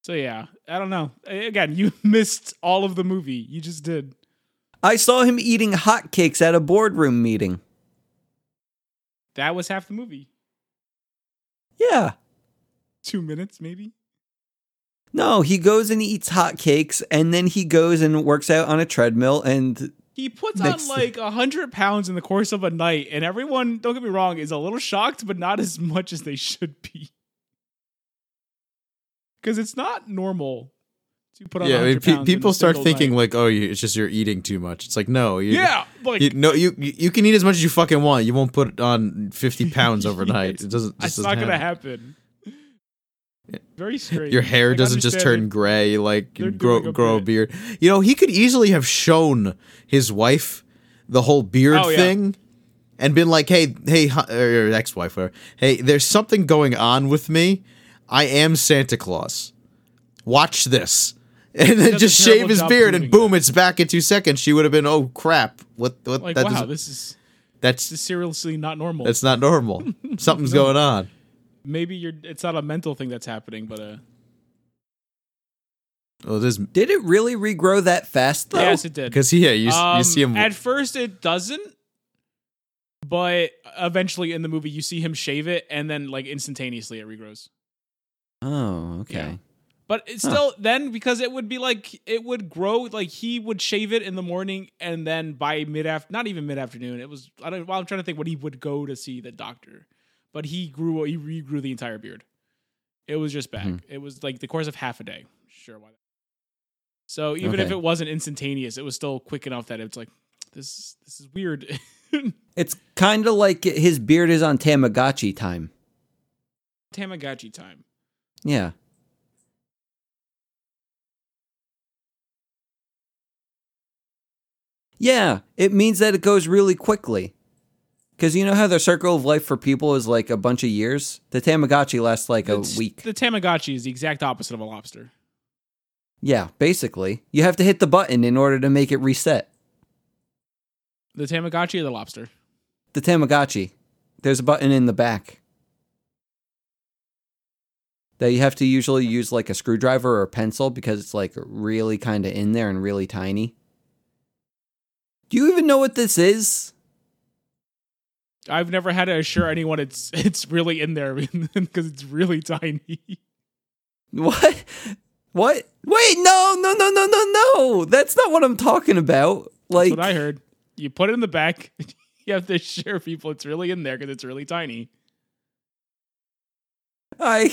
Speaker 4: So yeah, I don't know. A- Again, you missed all of the movie. You just did.
Speaker 2: I saw him eating hotcakes at a boardroom meeting.
Speaker 4: That was half the movie.
Speaker 2: Yeah.
Speaker 4: Two minutes, maybe.
Speaker 2: No, he goes and eats hotcakes, and then he goes and works out on a treadmill. And
Speaker 4: He puts
Speaker 2: Makes-
Speaker 4: on like a hundred pounds in the course of a night, and everyone, don't get me wrong, is a little shocked, but not as much as they should be. Because it's not normal to put on.
Speaker 3: yeah, I mean,
Speaker 4: 100
Speaker 3: pe-
Speaker 4: pounds in
Speaker 3: people
Speaker 4: a
Speaker 3: start
Speaker 4: single
Speaker 3: thinking
Speaker 4: night.
Speaker 3: like, oh, you, it's just you're eating too much. It's like, no, you,
Speaker 4: yeah, like
Speaker 3: you, no, you you you can eat as much as you fucking want. You won't put on fifty pounds overnight.
Speaker 4: Yes.
Speaker 3: It doesn't. Just
Speaker 4: it's
Speaker 3: doesn't
Speaker 4: not gonna
Speaker 3: happen.
Speaker 4: happen. Very strange.
Speaker 3: Your hair
Speaker 4: Like,
Speaker 3: doesn't just turn
Speaker 4: understand
Speaker 3: gray. Like
Speaker 4: They're
Speaker 3: you grow
Speaker 4: doing a
Speaker 3: grow a
Speaker 4: bit.
Speaker 3: beard. You know, he could easily have shown his wife the whole beard
Speaker 4: Oh, yeah.
Speaker 3: thing. And been like, hey, hey, hu- or ex-wife, whatever. Hey, there's something going on with me. I am Santa Claus. Watch this, and then
Speaker 4: does a
Speaker 3: just
Speaker 4: terrible
Speaker 3: shave his
Speaker 4: job
Speaker 3: beard, and
Speaker 4: proving
Speaker 3: boom, it's back in two seconds. She would have been, oh crap, what? What?
Speaker 4: it. Like,
Speaker 3: that
Speaker 4: wow,
Speaker 3: doesn't-
Speaker 4: this is
Speaker 3: that's
Speaker 4: this is seriously not normal.
Speaker 3: That's not normal. Something's going on.
Speaker 4: Maybe you're. It's not a mental thing that's happening, but uh,
Speaker 3: Well, this
Speaker 2: did it really regrow that fast, though?
Speaker 4: yes, it did.
Speaker 3: because yeah, you, s- you
Speaker 4: Um,
Speaker 3: see him.
Speaker 4: At first, it doesn't, but eventually in the movie, you see him shave it, and then like instantaneously, it regrows.
Speaker 2: Oh, okay.
Speaker 4: But it's
Speaker 2: Huh.
Speaker 4: still then because it would be like it would grow like he would shave it in the morning, and then by mid after not even mid afternoon, it was I don't. Well, I'm trying to think what he would go to see the doctor, but he grew he regrew the entire beard. It was just back.
Speaker 2: Mhm.
Speaker 4: It was like the course of half a day. Sure, why? Not? So even if
Speaker 2: Okay.
Speaker 4: it wasn't instantaneous, it was still quick enough that it's like this. This is weird.
Speaker 2: It's kind of like his beard is on Tamagotchi time.
Speaker 4: Tamagotchi time.
Speaker 2: Yeah. Yeah, it means that it goes really quickly. Because you know how the circle of life for people is like a bunch of years? The Tamagotchi lasts like a
Speaker 4: The-
Speaker 2: week.
Speaker 4: The Tamagotchi is the exact opposite of a lobster.
Speaker 2: Yeah, basically. You have to hit the button in order to make it reset.
Speaker 4: The Tamagotchi or the lobster.
Speaker 2: The Tamagotchi. There's a button in the back that you have to usually use like a screwdriver or a pencil because it's like really kind of in there and really tiny. Do you even know what this is?
Speaker 4: I've never had to assure anyone it's it's really in there because it's really tiny.
Speaker 2: What? What? Wait, no, no, no, no, no, no. That's not what I'm talking about. Like,
Speaker 4: That's what I heard. You put it in the back. You have to assure people it's really in there because it's really tiny.
Speaker 2: I,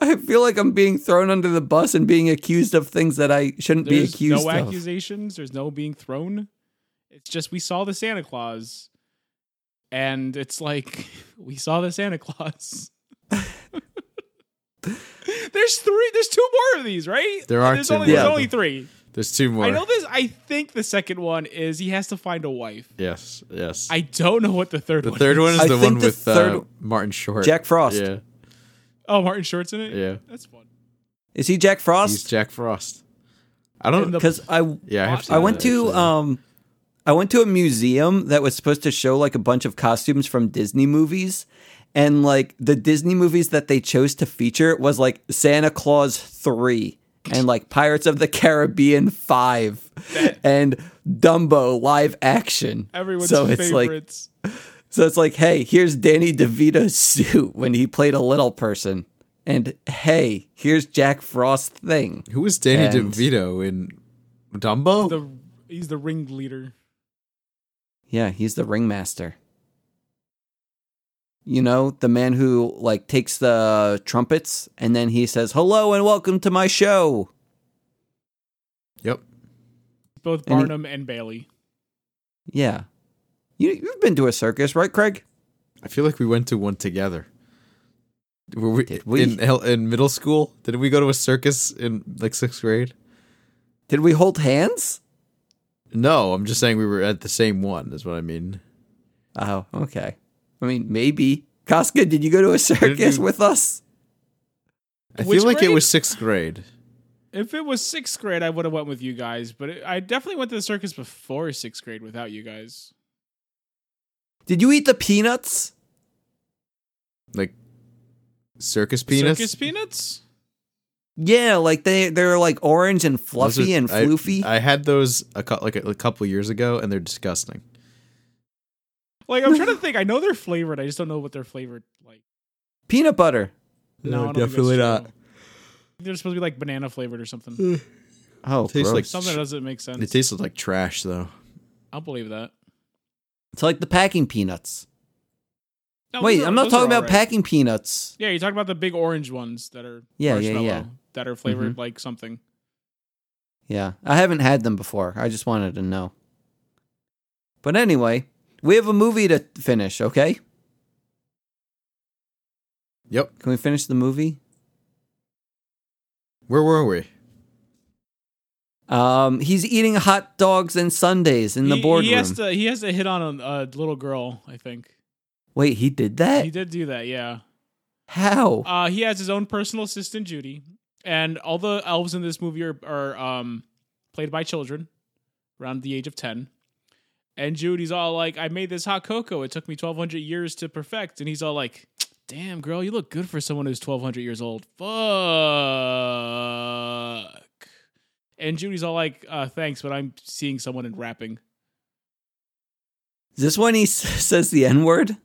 Speaker 2: I feel like I'm being thrown under the bus and being accused of things that I shouldn't be
Speaker 4: There's
Speaker 2: accused
Speaker 4: no
Speaker 2: of.
Speaker 4: accusations. There's no being thrown. It's just we saw the Santa Claus, and it's like we saw the Santa Claus. there's three. There's two more of these, right?
Speaker 3: There are
Speaker 4: There's
Speaker 3: two
Speaker 4: only,
Speaker 2: more.
Speaker 4: There's
Speaker 2: Yeah.
Speaker 4: only three.
Speaker 3: there's two more.
Speaker 4: I know this. I think the second one is he has to find a wife.
Speaker 3: yes, yes.
Speaker 4: I don't know what the third
Speaker 3: the
Speaker 4: one.
Speaker 3: third
Speaker 4: is.
Speaker 3: one is
Speaker 2: I
Speaker 3: the
Speaker 2: think
Speaker 3: one
Speaker 2: the
Speaker 3: with uh,
Speaker 2: third-
Speaker 3: Martin Short.
Speaker 2: Jack Frost.
Speaker 3: Yeah,
Speaker 4: Oh, Martin Short's in it.
Speaker 3: Yeah.
Speaker 4: that's fun.
Speaker 2: Is he Jack
Speaker 3: he's
Speaker 2: Frost?
Speaker 3: Jack Frost. I don't.
Speaker 4: And the-
Speaker 2: Because I
Speaker 3: yeah, I, have seen
Speaker 2: I went
Speaker 3: that,
Speaker 2: to
Speaker 3: actually.
Speaker 2: um I went to a museum that was supposed to show like a bunch of costumes from Disney movies and like the Disney movies that they chose to feature was like Santa Claus 3 and like Pirates of the Caribbean 5 and Dumbo live action.
Speaker 4: Everyone's
Speaker 2: so it's like
Speaker 4: favorites.
Speaker 2: so it's like hey, here's Danny DeVito's suit when he played a little person and hey, here's Jack Frost's thing.
Speaker 3: who was Danny
Speaker 2: and-
Speaker 3: DeVito in Dumbo?
Speaker 4: the he's the ringleader.
Speaker 2: Yeah, he's the ringmaster. You know, the man who like takes the trumpets and then he says, "Hello and welcome to my show."
Speaker 3: yep.
Speaker 4: Both
Speaker 2: And he-
Speaker 4: Barnum and Bailey.
Speaker 2: Yeah. You you've been to a circus, right, Craig?
Speaker 3: I feel like we went to one together. Were we,
Speaker 2: Did we?
Speaker 3: in hel- in middle school? Didn't we go to a circus in like sixth grade?
Speaker 2: Did we hold hands?
Speaker 3: No, I'm just saying we were at the same one. Is what I mean.
Speaker 2: Oh, okay. I mean, maybe. Casca, did you go to a circus
Speaker 3: you-
Speaker 2: with us?
Speaker 3: I
Speaker 4: Which
Speaker 3: feel like
Speaker 4: grade?
Speaker 3: it was sixth grade.
Speaker 4: If it was sixth grade, I would have went with you guys, but it, I definitely went to the circus before sixth grade without you guys.
Speaker 2: Did you eat the peanuts?
Speaker 3: Like circus penis.
Speaker 4: Circus peanuts?
Speaker 2: Yeah, like they they're like orange and
Speaker 3: Those
Speaker 2: fluffy
Speaker 3: are-
Speaker 2: and
Speaker 3: I-
Speaker 2: floofy.
Speaker 3: I, had those a cou- like a, a couple years ago, and they're disgusting.
Speaker 4: Like I'm trying to think. I know they're flavored. I just don't know what they're flavored like.
Speaker 2: Peanut butter.
Speaker 4: No, I don't think that's
Speaker 3: definitely
Speaker 4: true.
Speaker 3: not.
Speaker 4: They're supposed to be like banana flavored or something.
Speaker 2: Oh,
Speaker 3: Tastes
Speaker 2: gross.
Speaker 3: like
Speaker 4: Something that doesn't make sense.
Speaker 3: It tasted like trash, though.
Speaker 4: I'll believe that.
Speaker 2: it's like the packing peanuts.
Speaker 4: No,
Speaker 2: Wait,
Speaker 4: those are-
Speaker 2: I'm not
Speaker 4: those are
Speaker 2: talking about
Speaker 4: alright.
Speaker 2: packing peanuts.
Speaker 4: Yeah, you're talking about the big orange ones that are
Speaker 2: Yeah, yeah, yeah. Mm-hmm.
Speaker 4: marshmallow, that are flavored like something.
Speaker 2: Yeah, I haven't had them before. I just wanted to know. But anyway, we have a movie to finish, okay?
Speaker 3: Yep.
Speaker 2: Can we finish the movie?
Speaker 3: Where were we?
Speaker 2: Um, he's eating hot dogs and sundaes in the
Speaker 4: He-
Speaker 2: boardroom.
Speaker 4: He has to he has to hit on a, a little girl, I think.
Speaker 2: Wait, he did that?
Speaker 4: He did do that, yeah.
Speaker 2: How?
Speaker 4: Uh, he has his own personal assistant, Judy, and all the elves in this movie are, are um, played by children around the age of 10. And Judy's all like, I made this hot cocoa. It took me 1,200 years to perfect. And he's all like, Damn, girl, you look good for someone who's 1,200 years old. Fuck. And Judy's all like, uh, Thanks, but I'm seeing someone in rapping.
Speaker 2: Is this when he s- says the N word?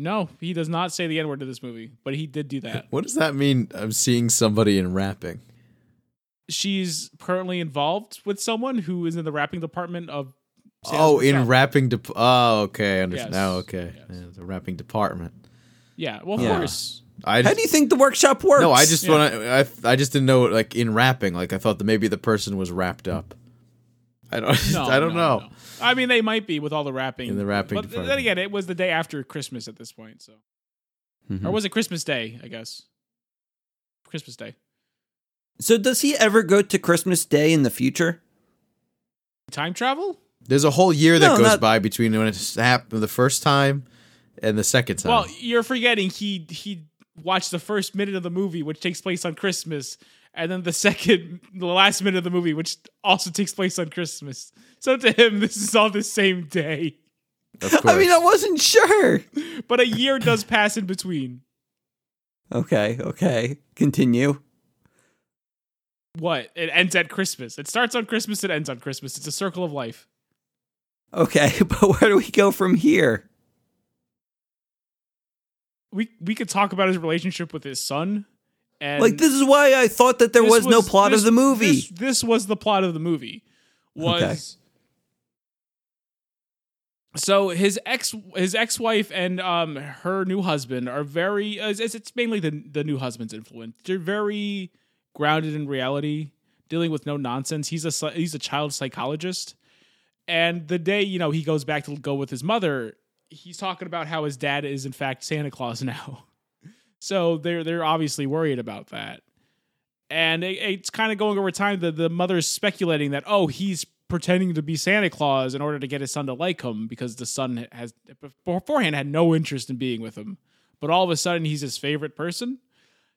Speaker 4: No, he does not say the N word to this movie, but he did do that.
Speaker 3: What does that mean? I'm seeing somebody in rapping.
Speaker 4: she's currently involved with someone who is in the wrapping department of. Sales
Speaker 3: oh,
Speaker 4: per
Speaker 3: in
Speaker 4: shop.
Speaker 3: rapping. De- oh, okay. I understand.
Speaker 4: Yes,
Speaker 3: Oh, okay.
Speaker 4: yes.
Speaker 3: Yeah, the rapping department.
Speaker 4: Yeah, well, of
Speaker 2: Yeah.
Speaker 4: course.
Speaker 3: I
Speaker 2: How do you think the workshop works?
Speaker 3: no, I just
Speaker 4: Yeah.
Speaker 3: want I, I just didn't know like in rapping. Like I thought that maybe the person was wrapped up. I don't.
Speaker 4: No,
Speaker 3: I don't know.
Speaker 4: no, no. I mean, they might be with all the wrapping.
Speaker 3: In the wrapping
Speaker 4: but then
Speaker 3: department.
Speaker 4: again, it was the day after Christmas at this point, so
Speaker 2: Mhm.
Speaker 3: Hmm.
Speaker 4: or was it Christmas Day? I guess Christmas Day.
Speaker 2: So does he ever go to Christmas Day in the future?
Speaker 4: Time travel?
Speaker 3: There's a whole year that
Speaker 2: No,
Speaker 3: goes
Speaker 2: not-
Speaker 3: by between when it happened the first time and the second time.
Speaker 4: Well, you're forgetting he he watched the first minute of the movie, which takes place on Christmas, and then the second, the last minute of the movie, which also takes place on Christmas. So to him, this is all the same day.
Speaker 3: of
Speaker 2: I mean,
Speaker 3: course.
Speaker 2: I wasn't sure.
Speaker 4: but a year does pass in between.
Speaker 2: Okay, okay. Continue.
Speaker 4: What? It ends at Christmas. It starts on Christmas, it ends on Christmas. It's a circle of life.
Speaker 2: Okay, but where do we go from here?
Speaker 4: We we could talk about his relationship with his son. And
Speaker 2: Like this is why I thought that there
Speaker 4: this
Speaker 2: was, no plot
Speaker 4: this-
Speaker 2: of the movie.
Speaker 4: This, this was the plot of the movie. Was
Speaker 2: Okay.
Speaker 4: So his ex his ex-wife and um her new husband are very uh, it's, it's mainly the the new husband's influence. They're very grounded in reality, dealing with no nonsense. He's a psy- he's a child psychologist. And the day, you know, he goes back to go with his mother, he's talking about how his dad is in fact Santa Claus now. so they're they're obviously worried about that. And it, it's kind of going over time that the mother is speculating that oh, he's pretending to be Santa Claus in order to get his son to like him because the son has beforehand had no interest in being with him. But all of a sudden he's his favorite person.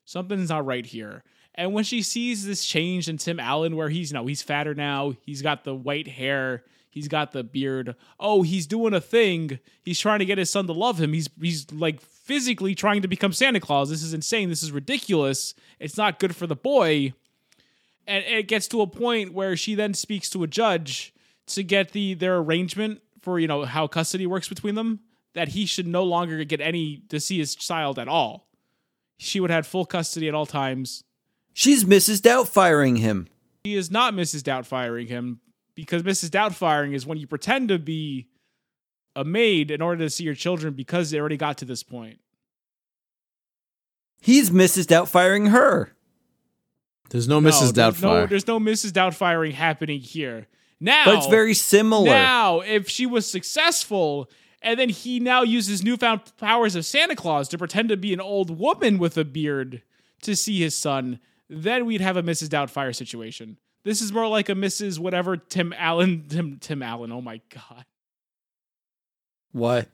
Speaker 4: Something's not right here. And when she sees this change in Tim Allen where he's you know, he's fatter now, he's got the white hair, he's got the beard. Oh, he's doing a thing. He's trying to get his son to love him. He's he's like physically trying to become Santa Claus. This is insane. This is ridiculous. It's not good for the boy. And it gets to a point where she then speaks to a judge to get the their arrangement for, you know, how custody works between them that he should no longer get any to see his child at all. She would have full custody at all times.
Speaker 2: She's Mrs. Doubtfiring him.
Speaker 4: He is not Mrs. Doubtfiring him because Mrs. Doubtfiring is when you pretend to be a maid in order to see your children because they already got to this point.
Speaker 2: He's Mrs. Doubtfiring her.
Speaker 3: there's no Mrs.
Speaker 4: No, there's No,
Speaker 3: Doubtfire.
Speaker 4: there's no Mrs. Doubtfiring happening here. Now,
Speaker 2: But it's very similar.
Speaker 4: Now, if she was successful, and then he now uses newfound powers of Santa Claus to pretend to be an old woman with a beard to see his son, then we'd have a Mrs. Doubtfire situation. This is more like a Mrs. Whatever Tim Allen. Tim Tim Allen. Oh my god.
Speaker 2: What?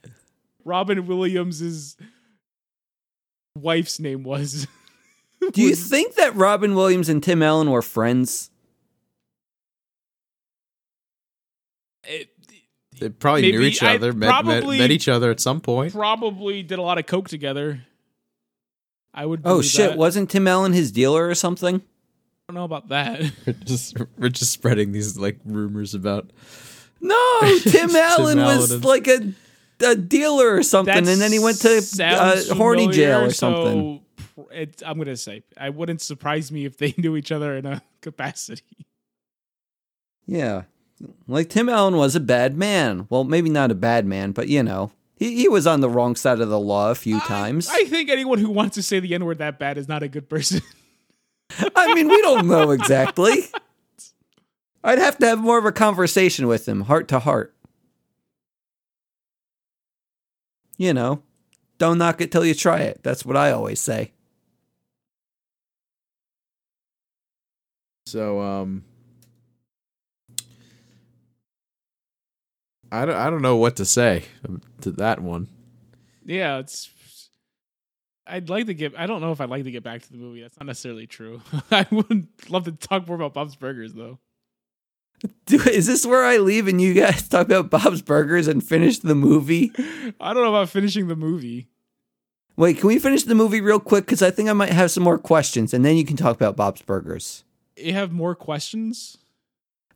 Speaker 4: Robin Williams's wife's name was.
Speaker 2: Do you think that Robin Williams and Tim Allen were friends?
Speaker 4: It,
Speaker 3: They probably knew
Speaker 4: Maybe
Speaker 3: each
Speaker 4: I
Speaker 3: other, met, met,
Speaker 4: probably-
Speaker 3: met each other at some point.
Speaker 4: probably did a lot of coke together. I would.
Speaker 2: Oh
Speaker 4: believe
Speaker 2: shit,
Speaker 4: that.
Speaker 2: wasn't Tim Allen his dealer or something?
Speaker 4: I don't know about that.
Speaker 3: We're just, we're just spreading these like rumors about.
Speaker 2: No, Tim
Speaker 3: Tim
Speaker 2: Allen was
Speaker 3: Allen and-
Speaker 2: like a, a dealer or something, and then he went to
Speaker 4: sounds
Speaker 2: uh, horny jail
Speaker 4: familiar,
Speaker 2: or something.
Speaker 4: so pr- It, I'm gonna say I wouldn't surprise me if they knew each other in a capacity.
Speaker 2: Yeah. Like Tim Allen was a bad man. Well, maybe not a bad man, but you know, he, he was on the wrong side of the law a few times.
Speaker 4: I think anyone who wants to say the N word that bad is not a good person.
Speaker 2: I mean, we don't know exactly. I'd have to have more of a conversation with him, heart to heart. You know, don't knock it till you try it. That's what I always say.
Speaker 3: So um, I don't I don't know what to say to that one.
Speaker 4: yeah, it's. I'd like to get. I don't know if I'd like to get back to the movie. That's not necessarily true. I would love to talk more about Bob's Burgers though.
Speaker 2: Do, is this where I leave and you guys talk about Bob's Burgers and finish the movie?
Speaker 4: I don't know about finishing the movie.
Speaker 2: Wait, can we finish the movie real quick? Because I think I might have some more questions, and then you can talk about Bob's Burgers.
Speaker 4: You have more questions.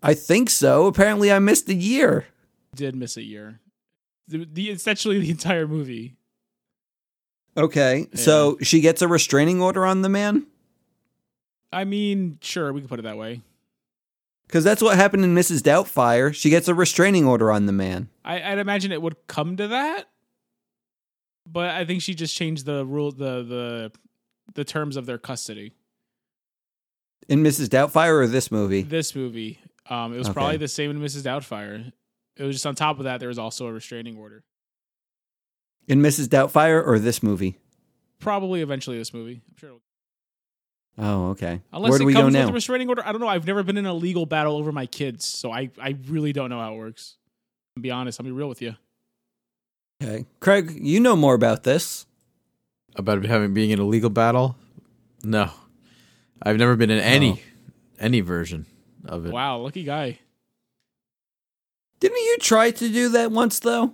Speaker 2: I think so. Apparently, I missed a year.
Speaker 4: Did miss a year. The, the essentially the entire movie.
Speaker 2: Okay.
Speaker 4: Yeah.
Speaker 2: So she gets a restraining order on the man?
Speaker 4: I mean, sure, we can put it that way.
Speaker 2: Because that's what happened in Mrs. Doubtfire. She gets a restraining order on the man.
Speaker 4: I, I'd imagine it would come to that, but I think she just changed the rule, the the the terms of their custody.
Speaker 2: In Mrs. Doubtfire or this movie?
Speaker 4: This movie, um, it was
Speaker 2: Okay.
Speaker 4: probably the same in Mrs. Doubtfire. It was just on top of that, there was also a restraining order.
Speaker 2: In Mrs. Doubtfire or this movie?
Speaker 4: Probably eventually this movie. I'm sure. It'll,
Speaker 2: Oh, okay.
Speaker 4: unless
Speaker 2: Where do
Speaker 4: it
Speaker 2: we go
Speaker 4: comes
Speaker 2: now?
Speaker 4: with a restraining order, I don't know. I've never been in a legal battle over my kids, so I I really don't know how it works. I'll be honest. I'll be real with you.
Speaker 2: okay. Craig, you know more about this.
Speaker 3: about having being in a legal battle? No, I've never been in any
Speaker 2: Oh.
Speaker 3: any version of it.
Speaker 4: Wow, lucky guy.
Speaker 2: Didn't you try to do that once, though?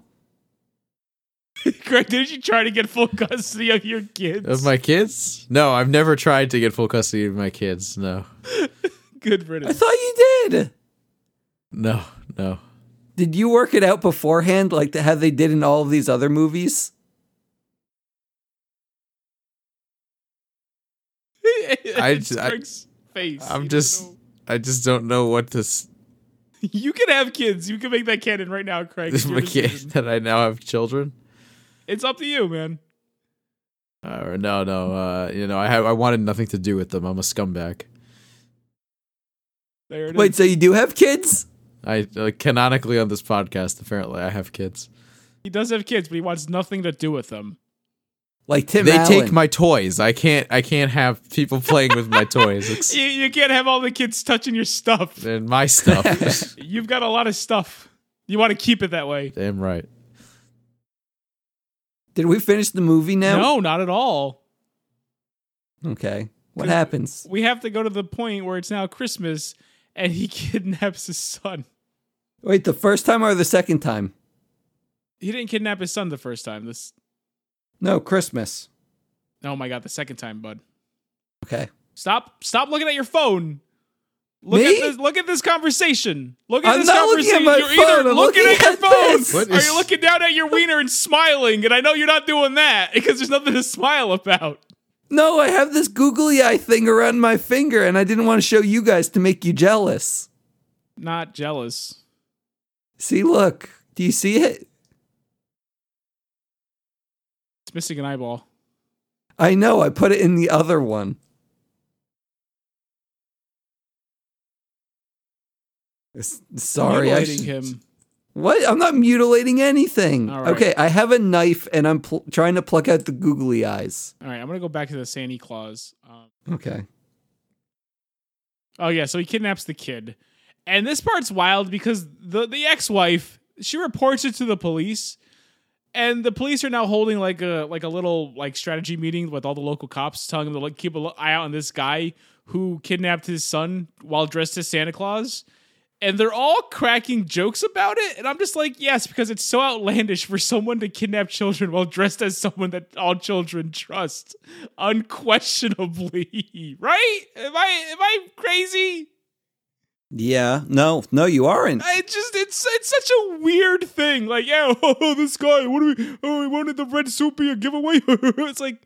Speaker 4: Greg, didn't you try to get full custody of your kids?
Speaker 3: Of my kids? No, I've never tried to get full custody of my kids. No,
Speaker 4: Good
Speaker 2: I
Speaker 4: riddance.
Speaker 2: thought you did.
Speaker 3: no, no.
Speaker 2: Did you work it out beforehand, like how they did in all of these other movies?
Speaker 3: I
Speaker 4: It's
Speaker 3: ju- I-
Speaker 4: Greg's face.
Speaker 3: I'm
Speaker 4: He doesn't
Speaker 3: just-
Speaker 4: know.
Speaker 3: I just don't know what this
Speaker 4: You can have kids. You can make that canon right now, Craig. It's,
Speaker 3: this
Speaker 4: your
Speaker 3: my kid
Speaker 4: decision.
Speaker 3: that I now have children.
Speaker 4: It's up to you, man.
Speaker 3: Or no, no. Uh, you know, I have I wanted nothing to do with them. I'm a scumbag.
Speaker 4: There it is.
Speaker 2: Wait, so you do have kids?
Speaker 3: I uh, canonically on this podcast, apparently, I have kids.
Speaker 4: he does have kids, but he wants nothing to do with them.
Speaker 2: Like Tim
Speaker 3: they
Speaker 2: Allen.
Speaker 3: take my toys. I can't. I can't have people playing with my toys. It's,
Speaker 4: You, you can't have all the kids touching your stuff.
Speaker 3: and my stuff.
Speaker 4: You've got a lot of stuff. You want to keep it that way.
Speaker 3: Damn right.
Speaker 2: Did we finish the movie now?
Speaker 4: No, not at all.
Speaker 2: No. Okay. What
Speaker 4: 'Cause-
Speaker 2: happens?
Speaker 4: We have to go to the point where it's now Christmas and he kidnaps his son.
Speaker 2: Wait, the first time or the second time?
Speaker 4: He didn't kidnap his son the first time. This
Speaker 2: No, Christmas.
Speaker 4: Oh my god, the second time, bud.
Speaker 2: Okay.
Speaker 4: Stop stop looking at your phone. Look
Speaker 2: Me?
Speaker 4: at this look at this conversation. Look at
Speaker 2: I'm
Speaker 4: this
Speaker 2: not looking
Speaker 4: conversation.
Speaker 2: at my
Speaker 4: you're
Speaker 2: phone,
Speaker 4: either
Speaker 2: I'm
Speaker 4: looking,
Speaker 2: looking
Speaker 4: at your
Speaker 2: at
Speaker 4: phone
Speaker 2: this.
Speaker 3: What
Speaker 4: or
Speaker 3: is-
Speaker 4: you're looking down at your wiener and smiling, and I know you're not doing that because there's nothing to smile about.
Speaker 2: No, I have this googly eye thing around my finger, and I didn't want to show you guys to make you jealous.
Speaker 4: Not jealous.
Speaker 2: See, look. Do you see it?
Speaker 4: It's missing an eyeball.
Speaker 2: I know. I put it in the other one. S- Sorry. I
Speaker 4: Mutilating
Speaker 2: sh-
Speaker 4: him.
Speaker 2: What? I'm not mutilating anything.
Speaker 4: All right.
Speaker 2: Okay, I have a knife, and I'm pl- trying to pluck out the googly eyes.
Speaker 4: All right, I'm gonna go back to the Sandy Claus. Um,
Speaker 2: Okay.
Speaker 4: Oh yeah, so he kidnaps the kid. And this part's wild because the the ex-wife, she reports it to the police and the police are now holding like a like a little like strategy meeting with all the local cops telling them to like keep an eye out on this guy who kidnapped his son while dressed as Santa Claus. And they're all cracking jokes about it. And I'm just like, yes, because it's so outlandish for someone to kidnap children while dressed as someone that all children trust. Unquestionably. Right? Am I am I crazy?
Speaker 2: Yeah, no, no, you aren't.
Speaker 4: It just it's it's such a weird thing. Like, yeah, oh, this guy, what do we? Oh, he wanted the red soup be a giveaway. it's like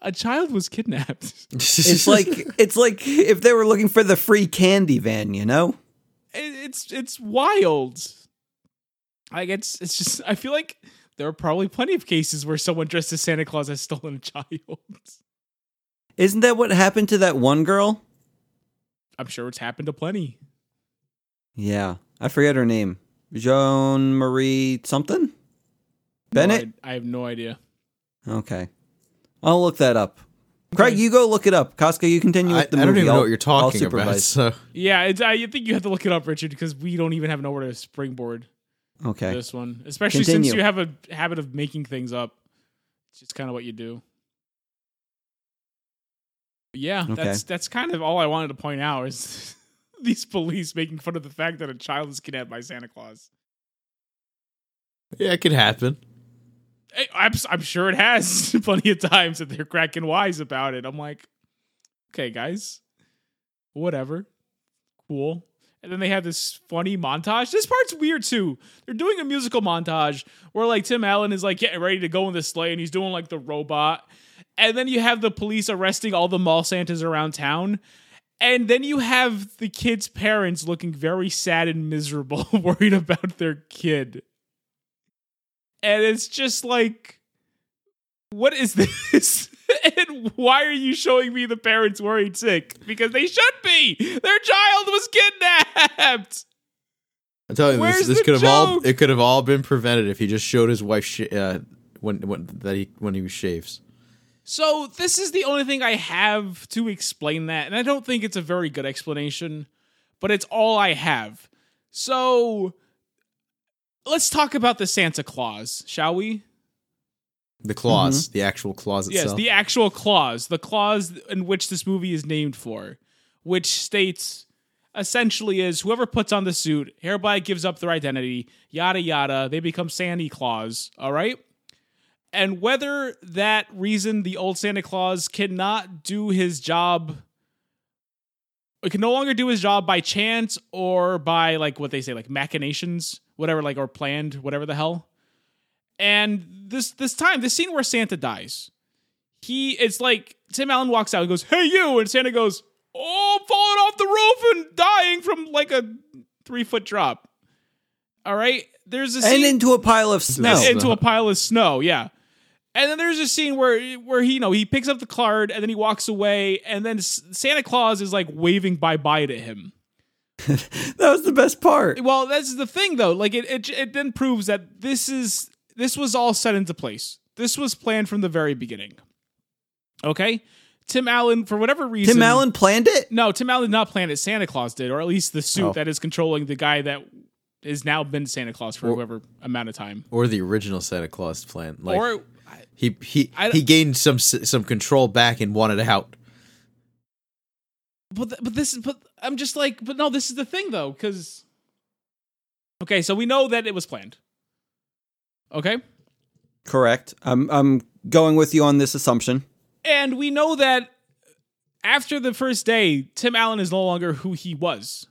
Speaker 4: a child was kidnapped. It,
Speaker 2: It's like it's like if they were looking for the free candy van, you know?
Speaker 4: it's it's wild. Like it's it's just I feel like there are probably plenty of cases where someone dressed as Santa Claus has stolen a child.
Speaker 2: Isn't that what happened to that one girl?
Speaker 4: I'm sure it's happened to plenty.
Speaker 2: Yeah, I forget her name. Joan Marie something?
Speaker 4: No, I-
Speaker 2: Bennett?
Speaker 4: I, have no idea.
Speaker 2: Okay. I'll look that up. Craig, you go look it up. Costco, you continue
Speaker 3: I, I
Speaker 2: with the
Speaker 3: don't
Speaker 2: movie.
Speaker 3: even
Speaker 2: I'll-
Speaker 3: know what you're
Speaker 2: I'll
Speaker 3: talking about.
Speaker 2: supervise.
Speaker 3: So
Speaker 4: Yeah, it's, I think you have to look it up, Richard, because we don't even have nowhere to springboard.
Speaker 2: Okay.
Speaker 4: this one, especially
Speaker 2: Continue.
Speaker 4: since you have a habit of making things up. It's just kind of what you do. But yeah,
Speaker 2: Okay.
Speaker 4: that's that's kind of all I wanted to point out is these police making fun of the fact that a child is kidnapped by Santa Claus.
Speaker 3: yeah, it could happen.
Speaker 4: I- I'm, s- I'm sure it has plenty of times that they're cracking wise about it. I'm like, okay, guys, whatever, cool. And then they have this funny montage. This part's weird too. They're doing a musical montage where like Tim Allen is like getting ready to go in the sleigh and he's doing like the robot. And then you have the police arresting all the mall Santas around town. And then you have the kid's parents looking very sad and miserable, worried about their kid and it's just like what is this and why are you showing me the parents worried sick because they should be their child was kidnapped
Speaker 3: I'm telling you,
Speaker 4: Where's
Speaker 3: this, this
Speaker 4: the
Speaker 3: could have all
Speaker 4: joke?
Speaker 3: it could have all been prevented if he just showed his wife sh- uh, when when that he when he shaves.
Speaker 4: so this is the only thing i have to explain that and i don't think it's a very good explanation but it's all i have so let's talk about the santa claus shall we
Speaker 3: The claws,
Speaker 2: Mm-hmm.
Speaker 3: the actual claws
Speaker 4: Yes,
Speaker 3: itself.
Speaker 4: the actual clause, the clause in which this movie is named for, which states essentially is whoever puts on the suit hereby gives up their identity, yada yada, they become Santa Claus, all right? And whether that reason the old Santa Claus cannot do his job it can no longer do his job by chance or by like what they say like machinations, whatever like or planned, whatever the hell. And this this time, this scene where Santa dies, he it's like Tim Allen walks out and goes, "Hey you," and Santa goes, "Oh, I'm falling off the roof and dying from like a three foot drop." All right, there's a
Speaker 2: and
Speaker 4: scene
Speaker 2: into a pile of snow.
Speaker 3: Yes.
Speaker 4: into a pile of snow. Yeah. And then there's a scene where where he you know he picks up the card and then he walks away and then S- Santa Claus is like waving bye bye to him.
Speaker 2: That was the best part.
Speaker 4: Well, that's the thing though. Like it, it it then proves that this is this was all set into place. This was planned from the very beginning. Okay, Tim Allen for whatever reason.
Speaker 2: Tim Allen planned it?
Speaker 4: No, Tim Allen did not plan it. Santa Claus did, or at least the suit
Speaker 2: Oh.
Speaker 4: that is controlling the guy that has now been Santa Claus for whoever amount of time.
Speaker 3: or the original Santa Claus plan. Like
Speaker 4: or
Speaker 3: he he
Speaker 4: I-
Speaker 3: he gained some s- some control back and wanted out.
Speaker 4: but th- but this but I'm just like but no this is the thing though because okay so we know that it was planned okay
Speaker 2: Correct. I'm I'm going with you on this assumption.
Speaker 4: and we know that after the first day Tim Allen is no longer who he was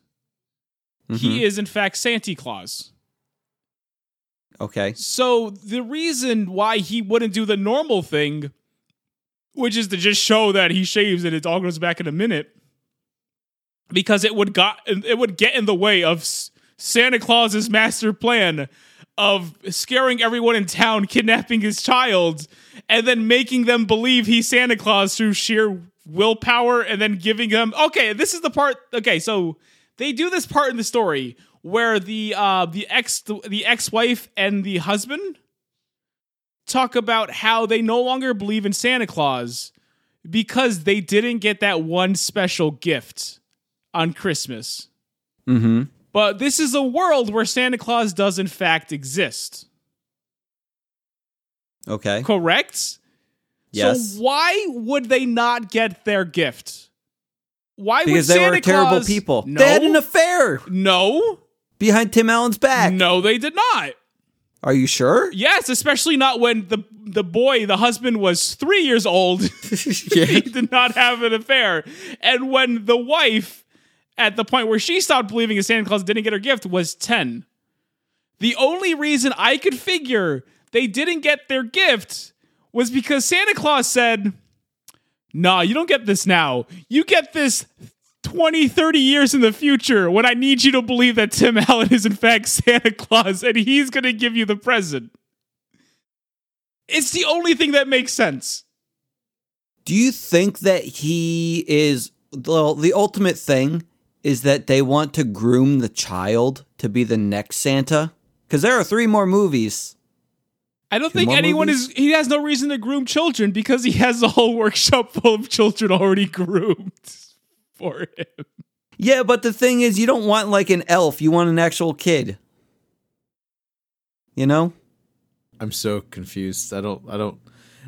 Speaker 4: he is in fact Santa Claus
Speaker 2: Okay.
Speaker 4: so the reason why he wouldn't do the normal thing which is to just show that he shaves and it all goes back in a minute because it would got it would get in the way of S- Santa Claus's master plan of scaring everyone in town, kidnapping his child, and then making them believe he's Santa Claus through sheer willpower, and then giving them. Okay, this is the part. Okay, so they do this part in the story where the uh, the ex the ex wife and the husband talk about how they no longer believe in Santa Claus because they didn't get that one special gift on Christmas.
Speaker 2: Mm-hmm.
Speaker 4: But this is a world where Santa Claus does in fact exist.
Speaker 2: Okay.
Speaker 4: Correct?
Speaker 2: Yes.
Speaker 4: So why would they not get their gift? Why
Speaker 2: because
Speaker 4: would
Speaker 2: they
Speaker 4: Santa
Speaker 2: were terrible
Speaker 4: Claus-
Speaker 2: people.
Speaker 4: No,
Speaker 2: They had an affair
Speaker 4: no,
Speaker 2: behind Tim Allen's back.
Speaker 4: no, they did not.
Speaker 2: Are you sure?
Speaker 4: Yes, especially not when the the boy, the husband, was three years old. he did not have an affair, and when the wife, at the point where she stopped believing in Santa Claus, didn't get her gift, was ten. The only reason I could figure they didn't get their gift was because Santa Claus said, "Nah, you don't get this now. You get this." 20, 30 years in the future, when I need you to believe that Tim Allen is in fact Santa Claus and he's going to give you the present. It's the only thing that makes sense.
Speaker 2: Do you think that he is well, the ultimate thing is that they want to groom the child to be the next Santa? Because there are three more movies.
Speaker 4: I don't
Speaker 2: Two
Speaker 4: think
Speaker 2: more
Speaker 4: anyone
Speaker 2: movies?
Speaker 4: is. He has no reason to groom children because he has a whole workshop full of children already groomed for him.
Speaker 2: Yeah, but the thing is, you don't want like an elf. You want an actual kid. You know?
Speaker 3: I'm so confused. I don't. I don't.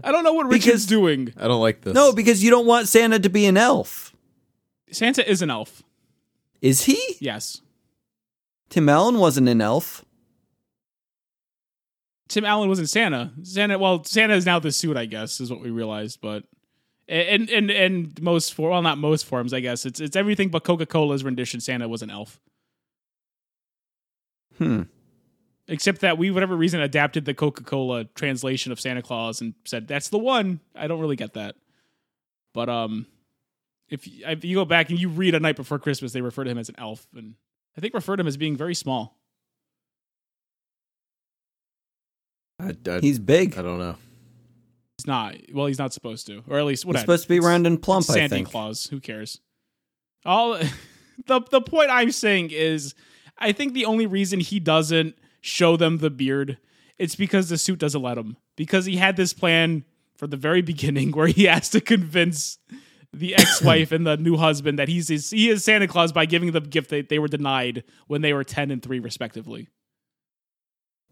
Speaker 4: I don't know what Richard's
Speaker 2: Because-
Speaker 4: doing.
Speaker 3: I don't like this.
Speaker 2: No, because you don't want Santa to be an elf.
Speaker 4: Santa is an elf.
Speaker 2: Is he?
Speaker 4: Yes.
Speaker 2: Tim Allen wasn't an elf.
Speaker 4: Tim Allen wasn't Santa. Santa, well, Santa is now the suit, I guess, is what we realized. But and and and most for well, not most forms, I guess. It's it's everything but Coca Cola's rendition. Santa was an elf,
Speaker 2: Hmm.
Speaker 4: except that we, whatever reason, adapted the Coca Cola translation of Santa Claus and said that's the one. I don't really get that, but um, if you, if you go back and you read A Night Before Christmas, they refer to him as an elf, and I think refer to him as being very small.
Speaker 3: I, I,
Speaker 2: He's big.
Speaker 3: I don't know.
Speaker 4: He's not. Well, he's not supposed to, or at least
Speaker 2: He's
Speaker 4: whatever.
Speaker 2: supposed to be round and plump,
Speaker 4: Santa
Speaker 2: I think.
Speaker 4: Claus. Who cares? All the the point I'm saying is, I think the only reason he doesn't show them the beard, it's because the suit doesn't let him. Because he had this plan from the very beginning where he has to convince the ex-wife and the new husband that he's he's- he is Santa Claus by giving them gift that they were denied when they were ten and three respectively.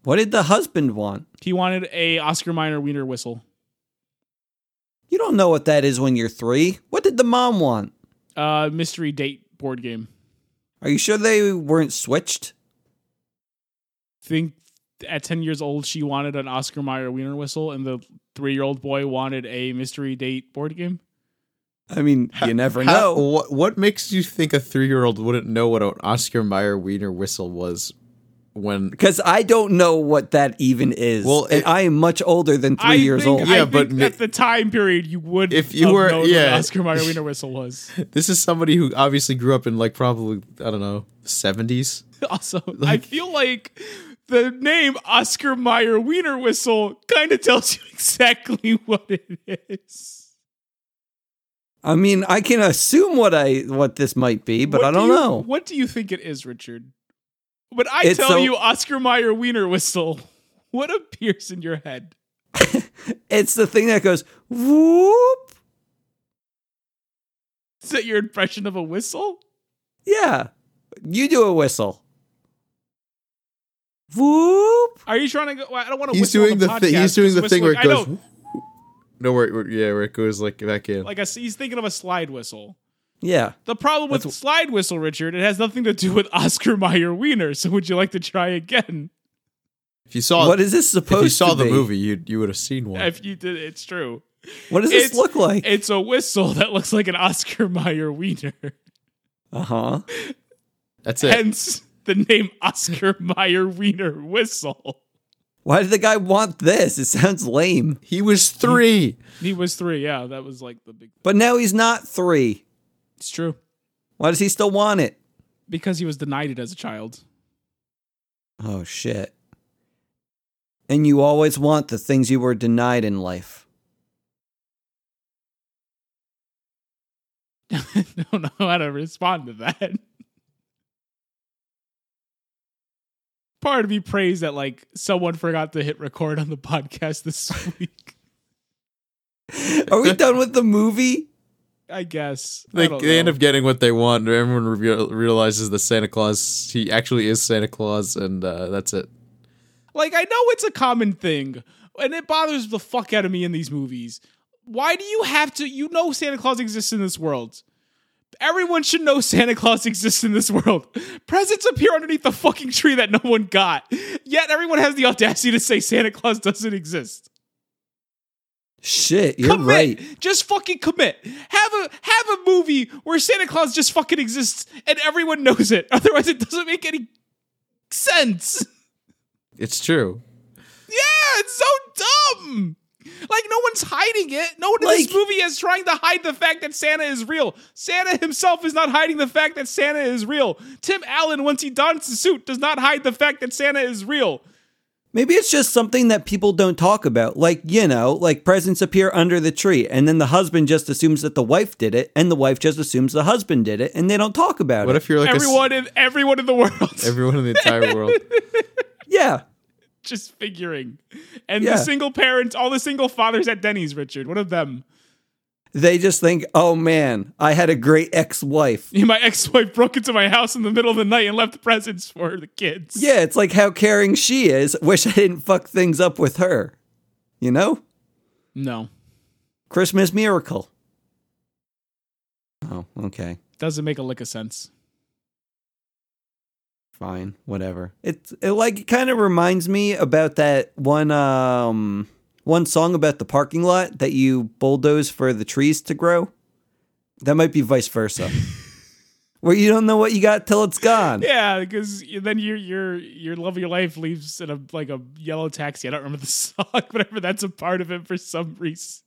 Speaker 2: What did the husband want?
Speaker 4: He wanted a Oscar Minor wiener whistle.
Speaker 2: You don't know what that is when you're three. What did the mom want?
Speaker 4: Uh, mystery date board game.
Speaker 2: Are you sure they weren't switched?
Speaker 4: think at 10 years old she wanted an Oscar Mayer wiener whistle and the 3-year-old boy wanted a mystery date board game.
Speaker 2: I mean, you never
Speaker 3: How-
Speaker 2: know.
Speaker 3: What, what makes you think a three year old wouldn't know what an Oscar Mayer Wiener whistle was when.
Speaker 2: Because I don't know what that even is.
Speaker 3: Well,
Speaker 2: and
Speaker 3: it-
Speaker 2: I am much older than three
Speaker 4: I
Speaker 2: years
Speaker 4: think,
Speaker 2: old.
Speaker 4: I
Speaker 3: Yeah,
Speaker 4: think
Speaker 3: but ma-
Speaker 4: at the time period you would
Speaker 3: If you
Speaker 4: have
Speaker 3: were-
Speaker 4: known what
Speaker 3: yeah.
Speaker 4: an Oscar Mayer wiener whistle was.
Speaker 3: This is somebody who obviously grew up in, like, probably, I don't know, 70s?
Speaker 4: also, I feel like the name Oscar Mayer wiener whistle kind of tells you exactly what it is.
Speaker 2: I mean, I can assume what I what this might be, but
Speaker 4: What
Speaker 2: I don't
Speaker 4: you-
Speaker 2: know.
Speaker 4: What do you think it is, Richard? When I
Speaker 2: It's
Speaker 4: tell
Speaker 2: a-
Speaker 4: you Oscar Mayer wiener whistle, what appears in your head?
Speaker 2: It's the thing that goes whoop.
Speaker 4: Is that your impression of a whistle?
Speaker 2: Yeah, you do a whistle. Whoop.
Speaker 4: Are you trying to go? well, I don't want to.
Speaker 3: He's
Speaker 4: whistle on
Speaker 3: doing the, thing.
Speaker 4: podcast
Speaker 3: He's doing
Speaker 4: 'cause
Speaker 3: the thing where it
Speaker 4: whistling-
Speaker 3: goes.
Speaker 4: I know,
Speaker 3: No, where, it- where- yeah, where it goes like back in.
Speaker 4: like a, he's thinking of a slide whistle.
Speaker 2: Yeah.
Speaker 4: The problem with slide whistle, Richard, it has nothing to do with Oscar Mayer Wiener. So would you like to try again?
Speaker 3: if you saw,
Speaker 2: what is this supposed
Speaker 3: if
Speaker 2: to
Speaker 3: you saw the
Speaker 2: be?
Speaker 3: movie, you you would have seen one.
Speaker 4: If you did, it's true.
Speaker 2: What does this
Speaker 4: It's-
Speaker 2: look like?
Speaker 4: It's a whistle that looks like an Oscar Mayer Wiener.
Speaker 2: Uh huh.
Speaker 3: That's it.
Speaker 4: Hence the name Oscar Mayer Wiener whistle.
Speaker 2: Why did the guy want this? It sounds lame.
Speaker 3: he was three.
Speaker 4: He was three. Yeah, that was like the big.
Speaker 2: But now he's not three.
Speaker 4: It's true
Speaker 2: Why does he still want it?
Speaker 4: because he was denied it as a child.
Speaker 2: Oh shit. And you always want the things you were denied in life.
Speaker 4: I don't know how to respond to that. Part of me prays that like someone forgot to hit record on the podcast this week.
Speaker 2: Are we done with the movie?
Speaker 4: I guess I
Speaker 3: They,
Speaker 4: don't
Speaker 3: they end
Speaker 4: know.
Speaker 3: up getting what they want. Everyone reveal, realizes that Santa Claus, he actually is Santa Claus, and uh, that's it.
Speaker 4: Like I know it's a common thing, and it bothers the fuck out of me in these movies. Why do you have to? You know Santa Claus exists in this world. Everyone should know Santa Claus exists in this world. Presents appear underneath the fucking tree that no one got. Yet everyone has the audacity to say Santa Claus doesn't exist.
Speaker 2: Shit, you're
Speaker 4: Commit.
Speaker 2: right.
Speaker 4: Just fucking commit. Have a have a movie where Santa Claus just fucking exists and everyone knows it. Otherwise it doesn't make any sense.
Speaker 3: It's true.
Speaker 4: Yeah, it's so dumb. Like no one's hiding it. No one in this
Speaker 2: Like-
Speaker 4: movie is trying to hide the fact that Santa is real. Santa himself is not hiding the fact that Santa is real. Tim Allen, once he dons the suit, does not hide the fact that Santa is real.
Speaker 2: Maybe it's just something that people don't talk about. Like, you know, like presents appear under the tree, and then the husband just assumes that the wife did it, and the wife just assumes the husband did it, and they don't talk about
Speaker 3: What
Speaker 2: it.
Speaker 3: if you're like a s-
Speaker 4: everyone in everyone in the world
Speaker 3: everyone in the entire world?
Speaker 2: yeah.
Speaker 4: just figuring. And
Speaker 2: Yeah.
Speaker 4: the single parents, all the single fathers at Denny's, Richard. What of them?
Speaker 2: They just think, oh man, I had a great ex wife.
Speaker 4: My ex-wife broke into my house in the middle of the night and left presents for the kids.
Speaker 2: Yeah, it's like how caring she is. Wish I didn't fuck things up with her. You know?
Speaker 4: No.
Speaker 2: Christmas miracle. Oh, okay.
Speaker 4: Doesn't make a lick of sense.
Speaker 2: Fine. Whatever. It's it like it kind of reminds me about that one um one song about the parking lot that you bulldoze for the trees to grow. That might be vice versa. Where you don't know what you got till it's gone.
Speaker 4: Yeah, because then your your your love of your life leaves in a like a yellow taxi. I don't remember the song, whatever. That's a part of it for some reason.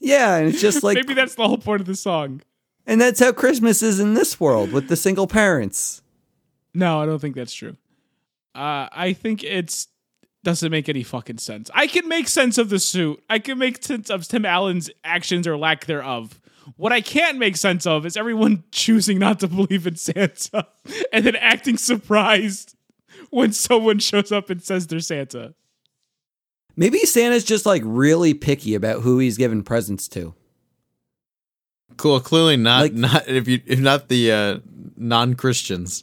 Speaker 2: Yeah, and it's just like
Speaker 4: Maybe that's the whole point of the song.
Speaker 2: And that's how Christmas is in this world with the single parents.
Speaker 4: No, I don't think that's true. Uh, I think it's doesn't make any fucking sense. I can make sense of the suit. I can make sense of Tim Allen's actions or lack thereof. What I can't make sense of is everyone choosing not to believe in Santa and then acting surprised when someone shows up and says they're Santa.
Speaker 2: Maybe Santa's just like really picky about who he's giving presents to.
Speaker 3: Cool. Clearly not.
Speaker 2: Like-
Speaker 3: not if you if not the uh, non Christians,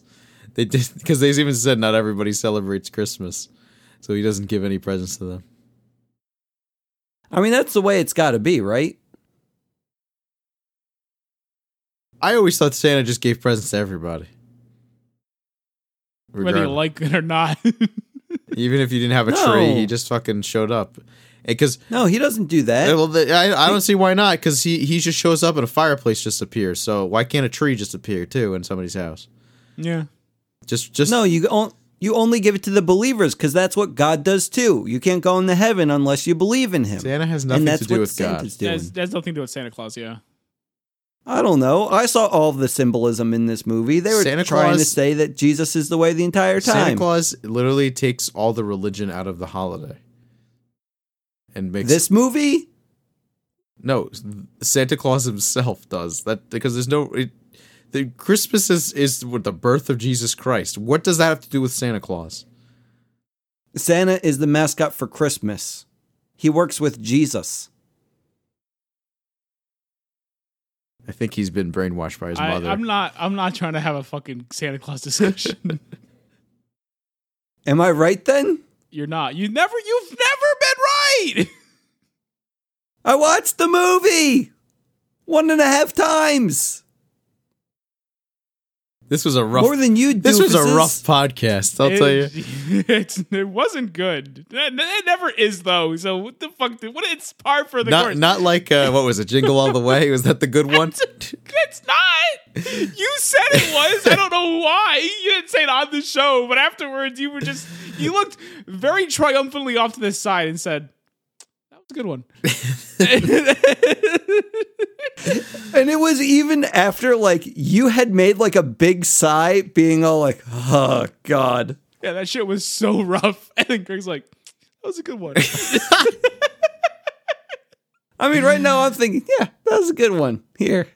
Speaker 3: they did because they even said not everybody celebrates Christmas, so he doesn't give any presents to them.
Speaker 2: I mean, that's the way it's got to be, right?
Speaker 3: I always thought Santa just gave presents to everybody,
Speaker 4: whether you
Speaker 3: Regardless.
Speaker 4: like it or not.
Speaker 3: even if you didn't have a
Speaker 2: No.
Speaker 3: tree, he just fucking showed up. Because
Speaker 2: No, he doesn't do that.
Speaker 3: well, the, I, I don't see why not. Because he he just shows up and a fireplace just appears. So why can't a tree just appear too in somebody's house?
Speaker 4: yeah.
Speaker 3: Just just
Speaker 2: No, you on- you only give it to the believers because that's what God does too. You can't go into heaven unless you believe in Him.
Speaker 3: Santa has
Speaker 2: and
Speaker 3: nothing
Speaker 2: that's
Speaker 3: to do
Speaker 2: what
Speaker 3: with God.
Speaker 2: Santa's doing.
Speaker 4: That's, that's nothing to do with Santa Claus, yeah.
Speaker 2: I don't know. I saw all of the symbolism in this movie. They were
Speaker 3: Santa
Speaker 2: trying to
Speaker 3: Claus-
Speaker 2: say that Jesus is the way the entire
Speaker 3: Santa
Speaker 2: time.
Speaker 3: Claus literally takes all the religion out of the holiday and makes
Speaker 2: This movie,
Speaker 3: no Santa Claus himself does that because there's no it, the Christmas is is with the birth of Jesus Christ. What does that have to do with Santa Claus?
Speaker 2: Santa is the mascot for Christmas. He works with Jesus.
Speaker 3: I think he's been brainwashed by his
Speaker 4: I,
Speaker 3: mother.
Speaker 4: I'm not I'm not trying to have a fucking Santa Claus discussion.
Speaker 2: Am I right then?
Speaker 4: You're not. You never you've never been right.
Speaker 2: I watched the movie one and a half times.
Speaker 3: this was a rough.
Speaker 2: More than you do.
Speaker 3: this was a rough podcast. I'll tell you.
Speaker 4: It, it's, it wasn't good. It, it never is though. So what the fuck? Did, what it's par for the
Speaker 3: Not
Speaker 4: course.
Speaker 3: not like uh, what was it? Jingle all the way. Was that the good one?
Speaker 4: That's not. You said it was. I don't know why. You didn't say it on the show, but afterwards you were just you looked very triumphantly off to the side and said, "That was a good one."
Speaker 2: And it was even after like you had made like a big sigh, being all like, "Oh God."
Speaker 4: yeah, that shit was so rough. And then Greg's like, "That was a good one."
Speaker 2: I mean, right now I'm thinking, yeah, that was a good one. Here.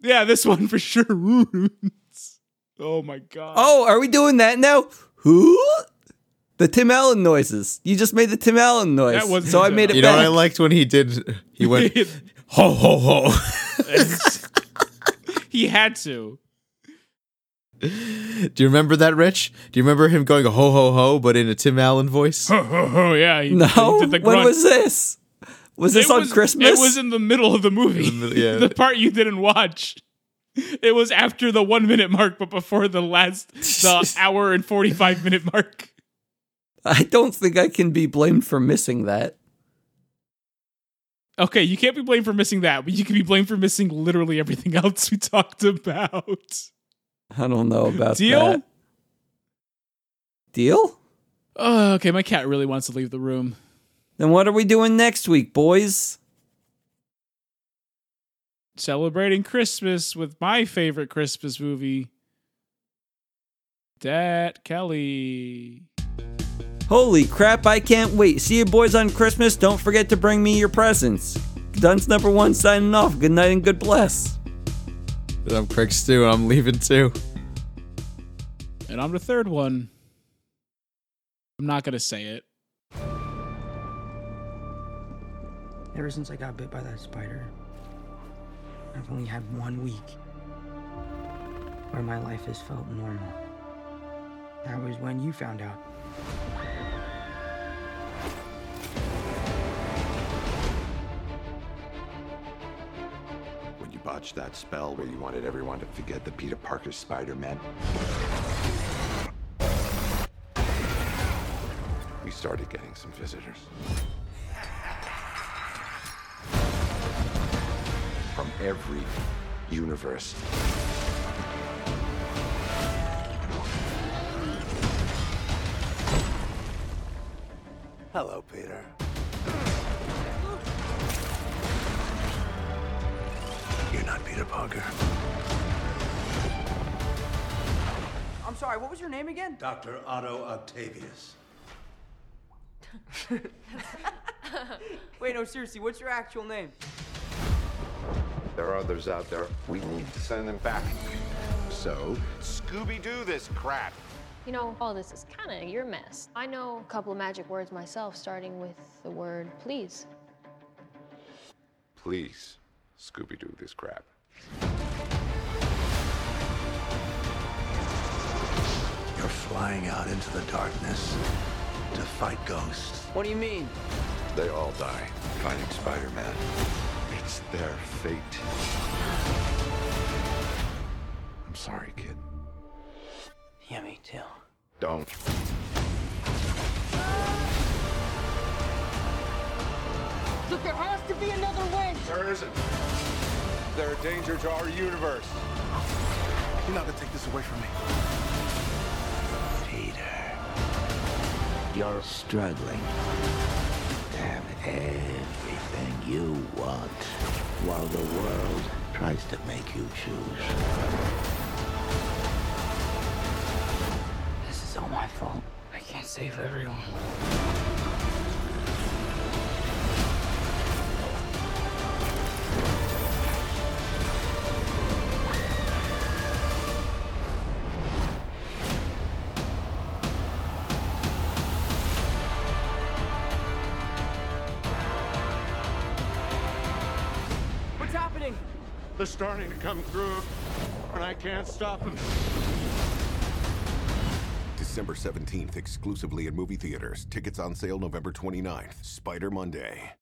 Speaker 4: yeah, this one for sure ruins. Oh my god.
Speaker 2: Oh, are we doing that now? Who? The Tim Allen noises. You just made the Tim Allen noise.
Speaker 4: That wasn't
Speaker 2: so I
Speaker 4: Tim
Speaker 2: made it.
Speaker 4: Allen.
Speaker 3: You know what I
Speaker 2: back.
Speaker 3: liked when he did. He went ho ho ho.
Speaker 4: It's- he had to.
Speaker 3: Do you remember that, Rich? Do you remember him going ho ho ho, but in a Tim Allen voice?
Speaker 4: Oh, oh, oh, yeah. He,
Speaker 2: No,
Speaker 4: he did the
Speaker 2: when
Speaker 4: grunt.
Speaker 2: was this? Was this
Speaker 4: It
Speaker 2: on
Speaker 4: was-
Speaker 2: Christmas?
Speaker 4: It was in the middle of the movie.
Speaker 3: In the middle, yeah.
Speaker 4: the part you didn't watch. It was after the one minute mark, but before the last the hour and forty five minute mark.
Speaker 2: I don't think I can be blamed for missing that.
Speaker 4: Okay, you can't be blamed for missing that, but you can be blamed for missing literally everything else we talked about.
Speaker 2: I don't know about
Speaker 4: Deal?
Speaker 2: that. Deal?
Speaker 4: Oh, okay, my cat really wants to leave the room.
Speaker 2: Then what are we doing next week, boys?
Speaker 4: Celebrating Christmas with my favorite Christmas movie, Dat Kelly.
Speaker 2: Holy crap, I can't wait. See you boys on Christmas. Don't forget to bring me your presents. Dunce number one signing off. Good night and good bless.
Speaker 3: I'm Craig Stew, and I'm leaving too.
Speaker 4: And I'm the third one. I'm not going to say it.
Speaker 5: Ever since I got bit by that spider, I've only had one week where my life has felt normal. That was when you found out.
Speaker 6: When you botched that spell where you wanted everyone to forget the Peter Parker Spider-Man. We started getting some visitors. From every universe. Hello, Peter. You're not Peter Parker.
Speaker 5: I'm sorry, what was your name again?
Speaker 6: Dr. Otto Octavius.
Speaker 5: Wait, no, seriously, what's your actual name?
Speaker 6: There are others out there. We need to send them back. So, Scooby Doo this crap.
Speaker 7: You know, all this is kind of your mess. I know a couple of magic words myself, starting with the word please.
Speaker 6: Please, Scooby Doo this crap. You're flying out into the darkness to fight ghosts.
Speaker 5: What do you mean?
Speaker 6: They all die fighting Spider Man. It's their fate. I'm sorry, kid.
Speaker 5: Yeah, me too.
Speaker 6: Don't.
Speaker 8: There has to be another way.
Speaker 6: There isn't. They're a danger to our universe.
Speaker 9: You're not gonna take this away from me.
Speaker 6: Peter, you're struggling to have everything you want while the world tries to make you choose.
Speaker 5: This is all my fault. I can't save everyone. What's happening?
Speaker 9: They're starting to come through, and I can't stop them.
Speaker 10: December 17th exclusively in movie theaters. Tickets on sale November 29th. Spider Monday.